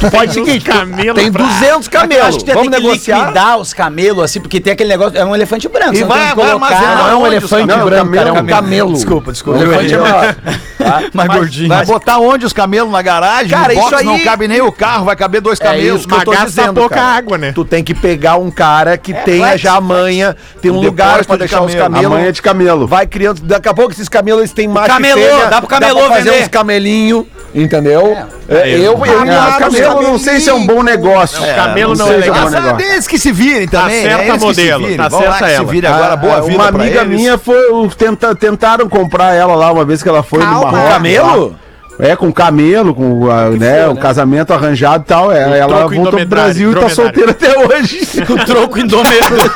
[SPEAKER 7] Tu pode seguir,
[SPEAKER 5] camelo
[SPEAKER 7] tem
[SPEAKER 5] pra-
[SPEAKER 7] 200
[SPEAKER 3] Eu
[SPEAKER 7] camelos.
[SPEAKER 3] acho que tem
[SPEAKER 7] Vamos
[SPEAKER 3] que
[SPEAKER 7] negociar.
[SPEAKER 3] liquidar os camelos, assim, porque tem aquele negócio. É um elefante branco.
[SPEAKER 2] E
[SPEAKER 3] você não
[SPEAKER 2] vai-
[SPEAKER 3] tem que
[SPEAKER 2] vai
[SPEAKER 3] colocar-
[SPEAKER 2] armazenar
[SPEAKER 3] Não é um
[SPEAKER 2] onde os
[SPEAKER 3] elefante
[SPEAKER 7] Não, é um
[SPEAKER 3] branco, cara, é um
[SPEAKER 7] camelo, é um camelo.
[SPEAKER 3] Desculpa, desculpa.
[SPEAKER 7] Eu
[SPEAKER 3] elefante
[SPEAKER 7] ia-
[SPEAKER 3] branco.
[SPEAKER 2] mais gordinho. É, Vai botar onde os camelos na garagem?
[SPEAKER 7] Cara,
[SPEAKER 2] no
[SPEAKER 7] isso
[SPEAKER 2] box não
[SPEAKER 7] aí-
[SPEAKER 2] cabe nem o carro, vai caber dois
[SPEAKER 7] É
[SPEAKER 2] camelos.
[SPEAKER 7] isso que eu tô
[SPEAKER 5] Esmagaça
[SPEAKER 7] dizendo,
[SPEAKER 5] pouca
[SPEAKER 7] cara.
[SPEAKER 5] água, né?
[SPEAKER 7] é, Tu tem que pegar um cara que tenha
[SPEAKER 2] É flex,
[SPEAKER 7] já a manha, tem um lugar
[SPEAKER 2] depósito
[SPEAKER 7] pra
[SPEAKER 2] de
[SPEAKER 7] deixar os
[SPEAKER 2] camelo.
[SPEAKER 7] camelos.
[SPEAKER 4] Amanhã é de camelo.
[SPEAKER 7] Vai criando, daqui a pouco esses camelos eles têm macho e
[SPEAKER 3] camelô,
[SPEAKER 7] fêmea,
[SPEAKER 3] dá pro camelô
[SPEAKER 7] fazer
[SPEAKER 3] vender.
[SPEAKER 7] uns camelinhos. Entendeu? É, eu, eu, eu,
[SPEAKER 4] Ah, camelo, não sei se é um bom negócio.
[SPEAKER 5] É, camelo não
[SPEAKER 4] sei
[SPEAKER 5] é
[SPEAKER 4] se um
[SPEAKER 5] legal.
[SPEAKER 4] bom negócio.
[SPEAKER 2] Eles que se virem também.
[SPEAKER 5] Acerta
[SPEAKER 2] né? Eles que
[SPEAKER 5] modelo,
[SPEAKER 2] se virem. Vão
[SPEAKER 5] acerta
[SPEAKER 2] lá que se
[SPEAKER 5] ela.
[SPEAKER 2] vire agora.
[SPEAKER 4] Ah,
[SPEAKER 2] boa vida
[SPEAKER 4] Uma
[SPEAKER 2] pra
[SPEAKER 4] amiga
[SPEAKER 2] eles.
[SPEAKER 4] minha foi. o- Tenta, tentaram comprar ela lá uma vez que ela foi numa roda.
[SPEAKER 7] Camelo?
[SPEAKER 4] É, com camelo, com ah, né, um casamento arranjado e tal. É, ela
[SPEAKER 5] troco
[SPEAKER 4] voltou pro
[SPEAKER 5] indomedário,
[SPEAKER 4] Brasil e tá
[SPEAKER 5] dromedário.
[SPEAKER 4] solteira até hoje.
[SPEAKER 3] Com o troco indomedário.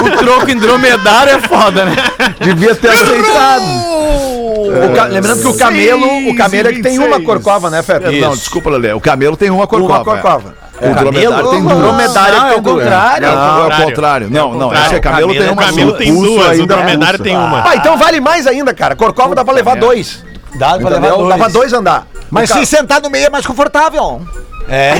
[SPEAKER 3] o troco indromedário é foda, né?
[SPEAKER 4] Devia ter aceitado.
[SPEAKER 7] O ca- Lembrando que o camelo, o camelo é que tem uma
[SPEAKER 2] 6,26.
[SPEAKER 7] corcova, né, Feta?
[SPEAKER 2] Não, desculpa, Lelê. O camelo tem uma corcova.
[SPEAKER 7] Uma corcova.
[SPEAKER 2] É. O dromedário tem duas.
[SPEAKER 4] Ah,
[SPEAKER 7] dromedário
[SPEAKER 3] não,
[SPEAKER 7] tem
[SPEAKER 3] é o
[SPEAKER 7] duas.
[SPEAKER 3] contrário.
[SPEAKER 2] Não, é o
[SPEAKER 5] contrário.
[SPEAKER 2] contrário. Não, não.
[SPEAKER 5] contrário.
[SPEAKER 2] Esse é camelo, tem
[SPEAKER 5] O
[SPEAKER 2] uma
[SPEAKER 5] camelo
[SPEAKER 2] só.
[SPEAKER 5] tem
[SPEAKER 4] Urso
[SPEAKER 5] duas, o
[SPEAKER 4] ainda é
[SPEAKER 5] dromedário
[SPEAKER 4] urso.
[SPEAKER 5] tem uma.
[SPEAKER 7] Ah, então vale mais ainda, cara. Corcova dá pra levar dois.
[SPEAKER 3] Dá pra levar
[SPEAKER 7] Entendeu?
[SPEAKER 3] dois.
[SPEAKER 7] Dá pra dois andar.
[SPEAKER 6] Mas
[SPEAKER 7] O ca-
[SPEAKER 6] se sentar no meio é mais confortável.
[SPEAKER 3] É,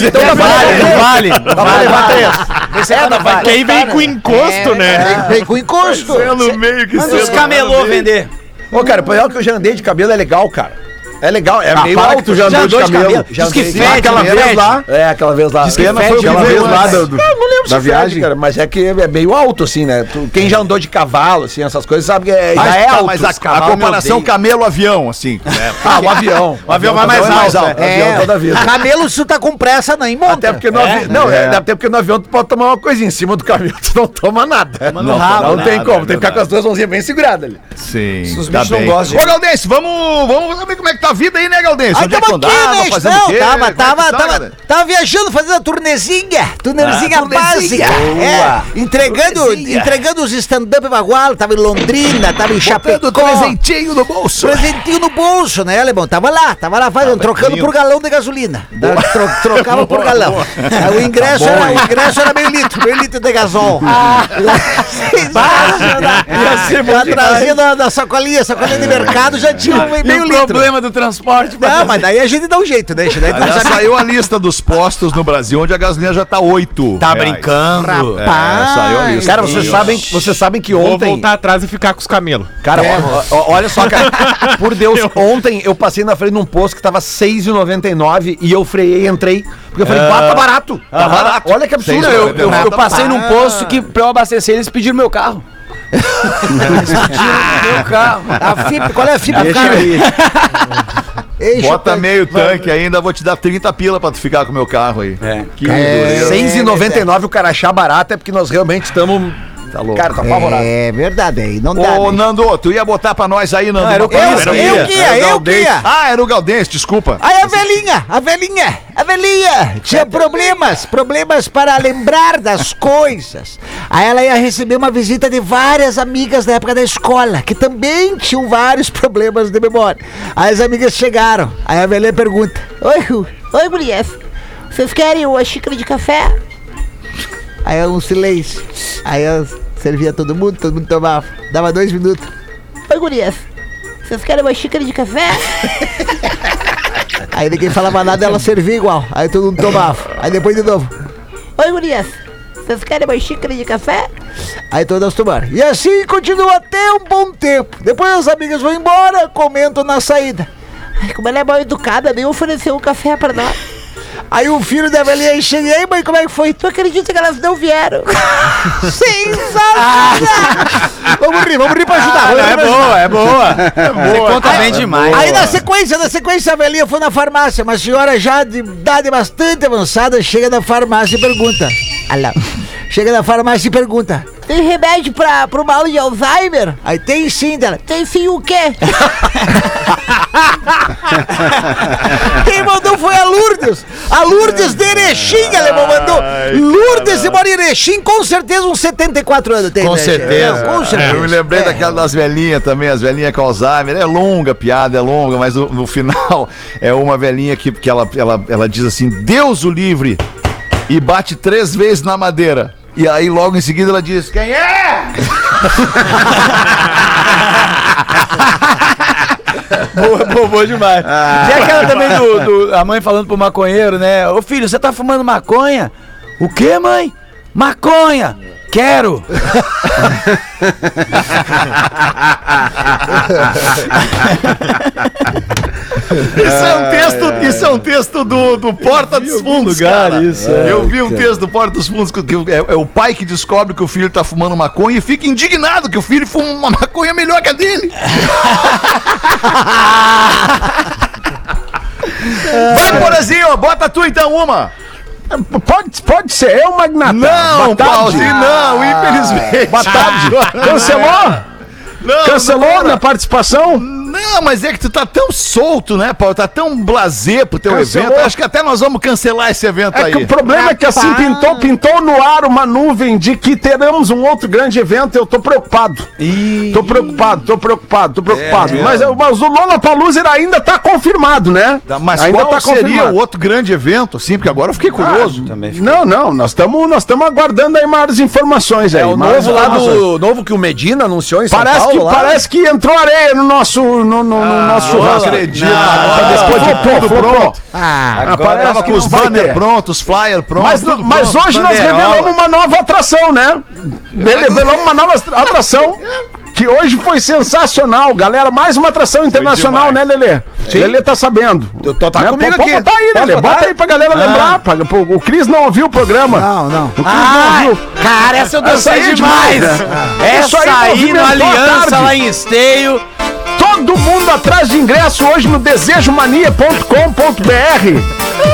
[SPEAKER 7] Então dá pra levar três.
[SPEAKER 3] Vale,
[SPEAKER 7] Dá pra levar três.
[SPEAKER 3] É, dá pra
[SPEAKER 5] Que aí vem com
[SPEAKER 7] É,
[SPEAKER 5] encosto, né?
[SPEAKER 6] Vem- Vem com encosto.
[SPEAKER 2] no meio que
[SPEAKER 3] Manda os camelô vender.
[SPEAKER 7] Ô, cara, o pior que eu já andei de cabelo é legal, cara. É legal, é meio
[SPEAKER 4] para
[SPEAKER 7] alto.
[SPEAKER 4] que tu já andou de cabelo.
[SPEAKER 7] Já
[SPEAKER 3] Diz que
[SPEAKER 7] andei de
[SPEAKER 3] fede,
[SPEAKER 7] Aquela
[SPEAKER 3] né?
[SPEAKER 7] vez
[SPEAKER 3] Fede.
[SPEAKER 7] lá. É, aquela vez lá. Diz
[SPEAKER 4] Pena foi o que
[SPEAKER 7] aquela
[SPEAKER 4] veio
[SPEAKER 7] vez
[SPEAKER 4] lá
[SPEAKER 7] lá.
[SPEAKER 4] do- do-
[SPEAKER 7] né? Ah, Eu não lembro
[SPEAKER 4] da
[SPEAKER 7] se fede,
[SPEAKER 4] viagem.
[SPEAKER 7] cara, mas é que é meio alto, assim, né? Tu- quem já andou de cavalo, assim, essas coisas, sabe que é,
[SPEAKER 2] Mas,
[SPEAKER 7] já é
[SPEAKER 2] tá,
[SPEAKER 7] alto.
[SPEAKER 2] mas a,
[SPEAKER 7] Os
[SPEAKER 2] a
[SPEAKER 7] cavalos me
[SPEAKER 2] comparação
[SPEAKER 7] odeiam.
[SPEAKER 2] camelo-avião, assim. né?
[SPEAKER 7] Ah, o avião. O avião vai
[SPEAKER 2] é
[SPEAKER 7] mais alto. né? O avião toda a vida.
[SPEAKER 6] É, Camelo, se tu tá com pressa, nem monta.
[SPEAKER 7] Até porque, no avi... não, é, até porque no avião tu pode tomar uma coisinha em cima do caminhão, tu não toma nada.
[SPEAKER 3] no
[SPEAKER 7] não,
[SPEAKER 3] rabo,
[SPEAKER 7] não
[SPEAKER 3] né?
[SPEAKER 7] tem
[SPEAKER 2] Nada,
[SPEAKER 7] como,
[SPEAKER 2] é
[SPEAKER 7] tem que ficar
[SPEAKER 2] verdade.
[SPEAKER 7] com as duas mãozinhas bem seguradas ali.
[SPEAKER 2] Sim.
[SPEAKER 3] Os
[SPEAKER 2] tá
[SPEAKER 3] bichos não
[SPEAKER 2] bem.
[SPEAKER 3] gostam,
[SPEAKER 2] Ô, Galdense, vamos, vamos saber como é que tá a vida aí, né, Galdense?
[SPEAKER 6] Aí
[SPEAKER 2] Onde é que
[SPEAKER 6] tamo
[SPEAKER 2] tu andava,
[SPEAKER 6] aqui, né?
[SPEAKER 2] fazendo o
[SPEAKER 6] Não,
[SPEAKER 2] quê? Como é
[SPEAKER 6] tava,
[SPEAKER 2] que
[SPEAKER 6] tava,
[SPEAKER 2] tá,
[SPEAKER 6] tava,
[SPEAKER 2] né?
[SPEAKER 6] tava viajando, fazendo a turnezinha,
[SPEAKER 2] Ah,
[SPEAKER 6] turnezinha básica. É, entregando, entregando os stand-up bagual, tava em Londrina, tava em Chapecó.
[SPEAKER 2] Botando presentinho no bolso.
[SPEAKER 6] Presentinho no bolso, né, Alemão? Tava lá, tava lá fazendo, trocando
[SPEAKER 2] lindo.
[SPEAKER 6] por galão de gasolina. Tro- trocava por galão. Aí O
[SPEAKER 2] Tá
[SPEAKER 6] ingresso, era, o ingresso era meio litro, meio litro de gasol.
[SPEAKER 2] Ah.
[SPEAKER 6] Ia ser bom Trazia na, na sacolinha, sacolinha de mercado, já tinha um meio,
[SPEAKER 3] E
[SPEAKER 6] meio
[SPEAKER 3] o
[SPEAKER 6] litro.
[SPEAKER 3] problema do transporte,
[SPEAKER 6] Não, mas daí a gente dá um jeito, né? Daí
[SPEAKER 2] Aliás,
[SPEAKER 6] tu sabe.
[SPEAKER 2] saiu a lista dos postos no Brasil onde a gasolina já tá 8.
[SPEAKER 3] Tá brincando.
[SPEAKER 2] É, saiu a lista.
[SPEAKER 7] é, Cara, vocês sabem, vocês sabem que
[SPEAKER 5] Vou
[SPEAKER 7] ontem.
[SPEAKER 5] voltar atrás e ficar com os camelos.
[SPEAKER 7] Cara, ó- ó- olha só, cara. Por Deus, ontem eu passei na frente de um posto que tava 6,99 e eu freiei e entrei. Porque eu falei, "Bah, tá barato. Tá barato. Olha que absurdo.
[SPEAKER 3] Não, eu, eu- eu
[SPEAKER 7] eu-
[SPEAKER 3] passei num posto que pra eu abastecer eles pediram meu carro. Eles pediram meu carro.
[SPEAKER 6] A FIP, qual é a FIP? Cara? Deixa
[SPEAKER 2] Bota
[SPEAKER 6] eu-
[SPEAKER 2] meio tanque ainda, vou te dar 30 pila pra tu ficar com o meu carro aí.
[SPEAKER 3] É.
[SPEAKER 2] Que dureza.
[SPEAKER 7] 6,99 o cara achar barato é porque nós realmente estamos. Tá louco. Cara, tá apavorado.
[SPEAKER 6] É verdade, aí não dá.
[SPEAKER 2] Ô,
[SPEAKER 6] né?
[SPEAKER 2] Nando, tu ia botar pra nós aí, Nando.
[SPEAKER 6] era o
[SPEAKER 2] Não,
[SPEAKER 6] Galdense,
[SPEAKER 2] era o
[SPEAKER 6] eu
[SPEAKER 2] Guia.
[SPEAKER 6] que ia,
[SPEAKER 2] Era o
[SPEAKER 6] eu
[SPEAKER 2] Galdense.
[SPEAKER 6] que ia.
[SPEAKER 2] Ah, era o Galdense, desculpa.
[SPEAKER 6] Aí a velhinha, a velhinha, a velhinha tinha problemas, problemas para lembrar das coisas. Aí ela ia receber uma visita de várias amigas da época da escola, que também tinham vários problemas de memória. Aí as amigas chegaram, aí a velhinha pergunta: Oi, Ru,
[SPEAKER 8] Oi, gurias. Vocês querem uma xícara de café?
[SPEAKER 6] Aí é um silêncio. Aí eu servia todo mundo, todo mundo tomava. Dava dois minutos.
[SPEAKER 8] Oi, gurias. Vocês querem uma xícara de café?
[SPEAKER 6] Aí ninguém falava nada, ela servia igual. Aí todo mundo tomava. Aí depois de novo.
[SPEAKER 8] Oi, gurias. Vocês querem uma xícara de café?
[SPEAKER 6] Aí todas tomaram. E assim continua até um bom tempo. Depois as amigas vão embora, comentam na saída.
[SPEAKER 8] Ai, como ela é mal educada, nem ofereceu um café pra nós.
[SPEAKER 6] Aí o filho da velhinha chega e aí, mãe, como é que foi?
[SPEAKER 8] Tu acredita que elas não vieram?
[SPEAKER 6] Ah, Vamos rir, vamos rir pra ajudar. vamos rir pra ajudar.
[SPEAKER 2] é boa. É boa.
[SPEAKER 3] Conta bem demais.
[SPEAKER 6] Aí na sequência, na sequência, a velhinha foi na farmácia. Uma senhora já de idade bastante avançada chega na farmácia e pergunta. Alô. Chega na farmácia e pergunta.
[SPEAKER 8] Tem remédio pra, pro mal de Alzheimer?
[SPEAKER 6] Aí tem sim dela.
[SPEAKER 8] Tem sim o quê?
[SPEAKER 6] Quem mandou foi a Lourdes. A Lourdes de Erechim, alemão, mandou. Lourdes e mora em Erechim, com certeza uns 74 anos tem.
[SPEAKER 2] Com
[SPEAKER 6] né, gente?
[SPEAKER 2] certeza.
[SPEAKER 6] É, com certeza.
[SPEAKER 2] Eu me lembrei
[SPEAKER 6] É.
[SPEAKER 2] daquela das velhinhas também, as velhinhas com Alzheimer. É longa a piada, é longa, mas no, no final é uma velhinha que, que ela, ela, ela diz assim: Deus o livre! E bate três vezes na madeira. E aí logo em seguida ela diz: Quem é?
[SPEAKER 3] Boa, boa, boa demais. E aquela também do, do- A mãe falando pro maconheiro, né? Ô filho, você tá fumando maconha? O quê, mãe? Maconha! Quero!
[SPEAKER 2] Isso é um texto, isso é um texto do, do Porta dos Fundos, cara.
[SPEAKER 4] é,
[SPEAKER 2] Eu vi um texto do Porta dos Fundos que que é, é o pai que descobre que o filho tá fumando maconha e fica indignado que o filho fuma uma maconha melhor que a dele. Vai, Porazinho, bota tu então uma.
[SPEAKER 4] Pode, pode ser é eu, Magnata?
[SPEAKER 2] Não, Pause, não, infelizmente.
[SPEAKER 4] Ah, Boa tarde. Cancelou?
[SPEAKER 2] Não,
[SPEAKER 4] Cancelou na participação?
[SPEAKER 2] Não, mas é que tu tá tão solto, né, Paulo? Tá tão blazer pro teu
[SPEAKER 4] Cancelou.
[SPEAKER 2] evento. Acho que até nós vamos cancelar esse evento
[SPEAKER 4] É
[SPEAKER 2] aí.
[SPEAKER 4] que o problema é que assim pintou, pintou no ar uma nuvem de que teremos um outro grande evento. Eu tô preocupado. Tô preocupado, tô preocupado, tô preocupado. mas, é, mas o Lola Paluser ainda tá confirmado, né?
[SPEAKER 2] Tá, Mas
[SPEAKER 4] ainda
[SPEAKER 2] qual seria
[SPEAKER 4] confirmado. Ah,
[SPEAKER 2] o outro grande evento, assim? Porque agora eu fiquei curioso.
[SPEAKER 4] Não, não, nós estamos nós tamo aguardando aí maiores informações aí.
[SPEAKER 7] É o
[SPEAKER 4] maiores
[SPEAKER 7] novo lá
[SPEAKER 4] informações.
[SPEAKER 7] do. Novo que o Medina anunciou em São
[SPEAKER 4] Parece que,
[SPEAKER 7] Paulo. lá.
[SPEAKER 4] parece que entrou areia no nosso, no, no- no nosso churrasco.
[SPEAKER 2] acredito.
[SPEAKER 4] Ah, depois de tudo pronto.
[SPEAKER 6] Ah,
[SPEAKER 2] Agora
[SPEAKER 4] parece
[SPEAKER 2] tava
[SPEAKER 4] que
[SPEAKER 2] com os
[SPEAKER 4] não vai
[SPEAKER 2] banners
[SPEAKER 4] ter.
[SPEAKER 2] prontos, os flyer prontos.
[SPEAKER 4] Mas,
[SPEAKER 2] tudo
[SPEAKER 4] mas
[SPEAKER 2] pronto,
[SPEAKER 4] hoje nós
[SPEAKER 2] banderola.
[SPEAKER 4] revelamos uma nova atração, né? Revelamos uma nova atra- atração. Que hoje foi sensacional, galera. Mais uma atração internacional, né, Lelê? Lelê tá sabendo.
[SPEAKER 7] Eu tô- tá
[SPEAKER 4] né?
[SPEAKER 7] comigo
[SPEAKER 4] Pô,
[SPEAKER 7] aqui.
[SPEAKER 4] Pô, botar aí,
[SPEAKER 7] Posso
[SPEAKER 4] Lelê.
[SPEAKER 7] botar?
[SPEAKER 4] Bota aí pra galera lembrar. pra- pô, o Cris não ouviu o programa.
[SPEAKER 6] não, não.
[SPEAKER 4] O Cris não ouviu.
[SPEAKER 3] Ah, Cara, essa eu dancei
[SPEAKER 4] Essa aí é
[SPEAKER 3] demais.
[SPEAKER 4] demais, né?
[SPEAKER 3] Essa
[SPEAKER 4] Isso aí
[SPEAKER 3] aí no
[SPEAKER 4] movimentou a
[SPEAKER 3] Aliança,
[SPEAKER 4] tarde.
[SPEAKER 3] lá em Esteio.
[SPEAKER 4] Todo mundo atrás de ingresso hoje no desejomania.com.br.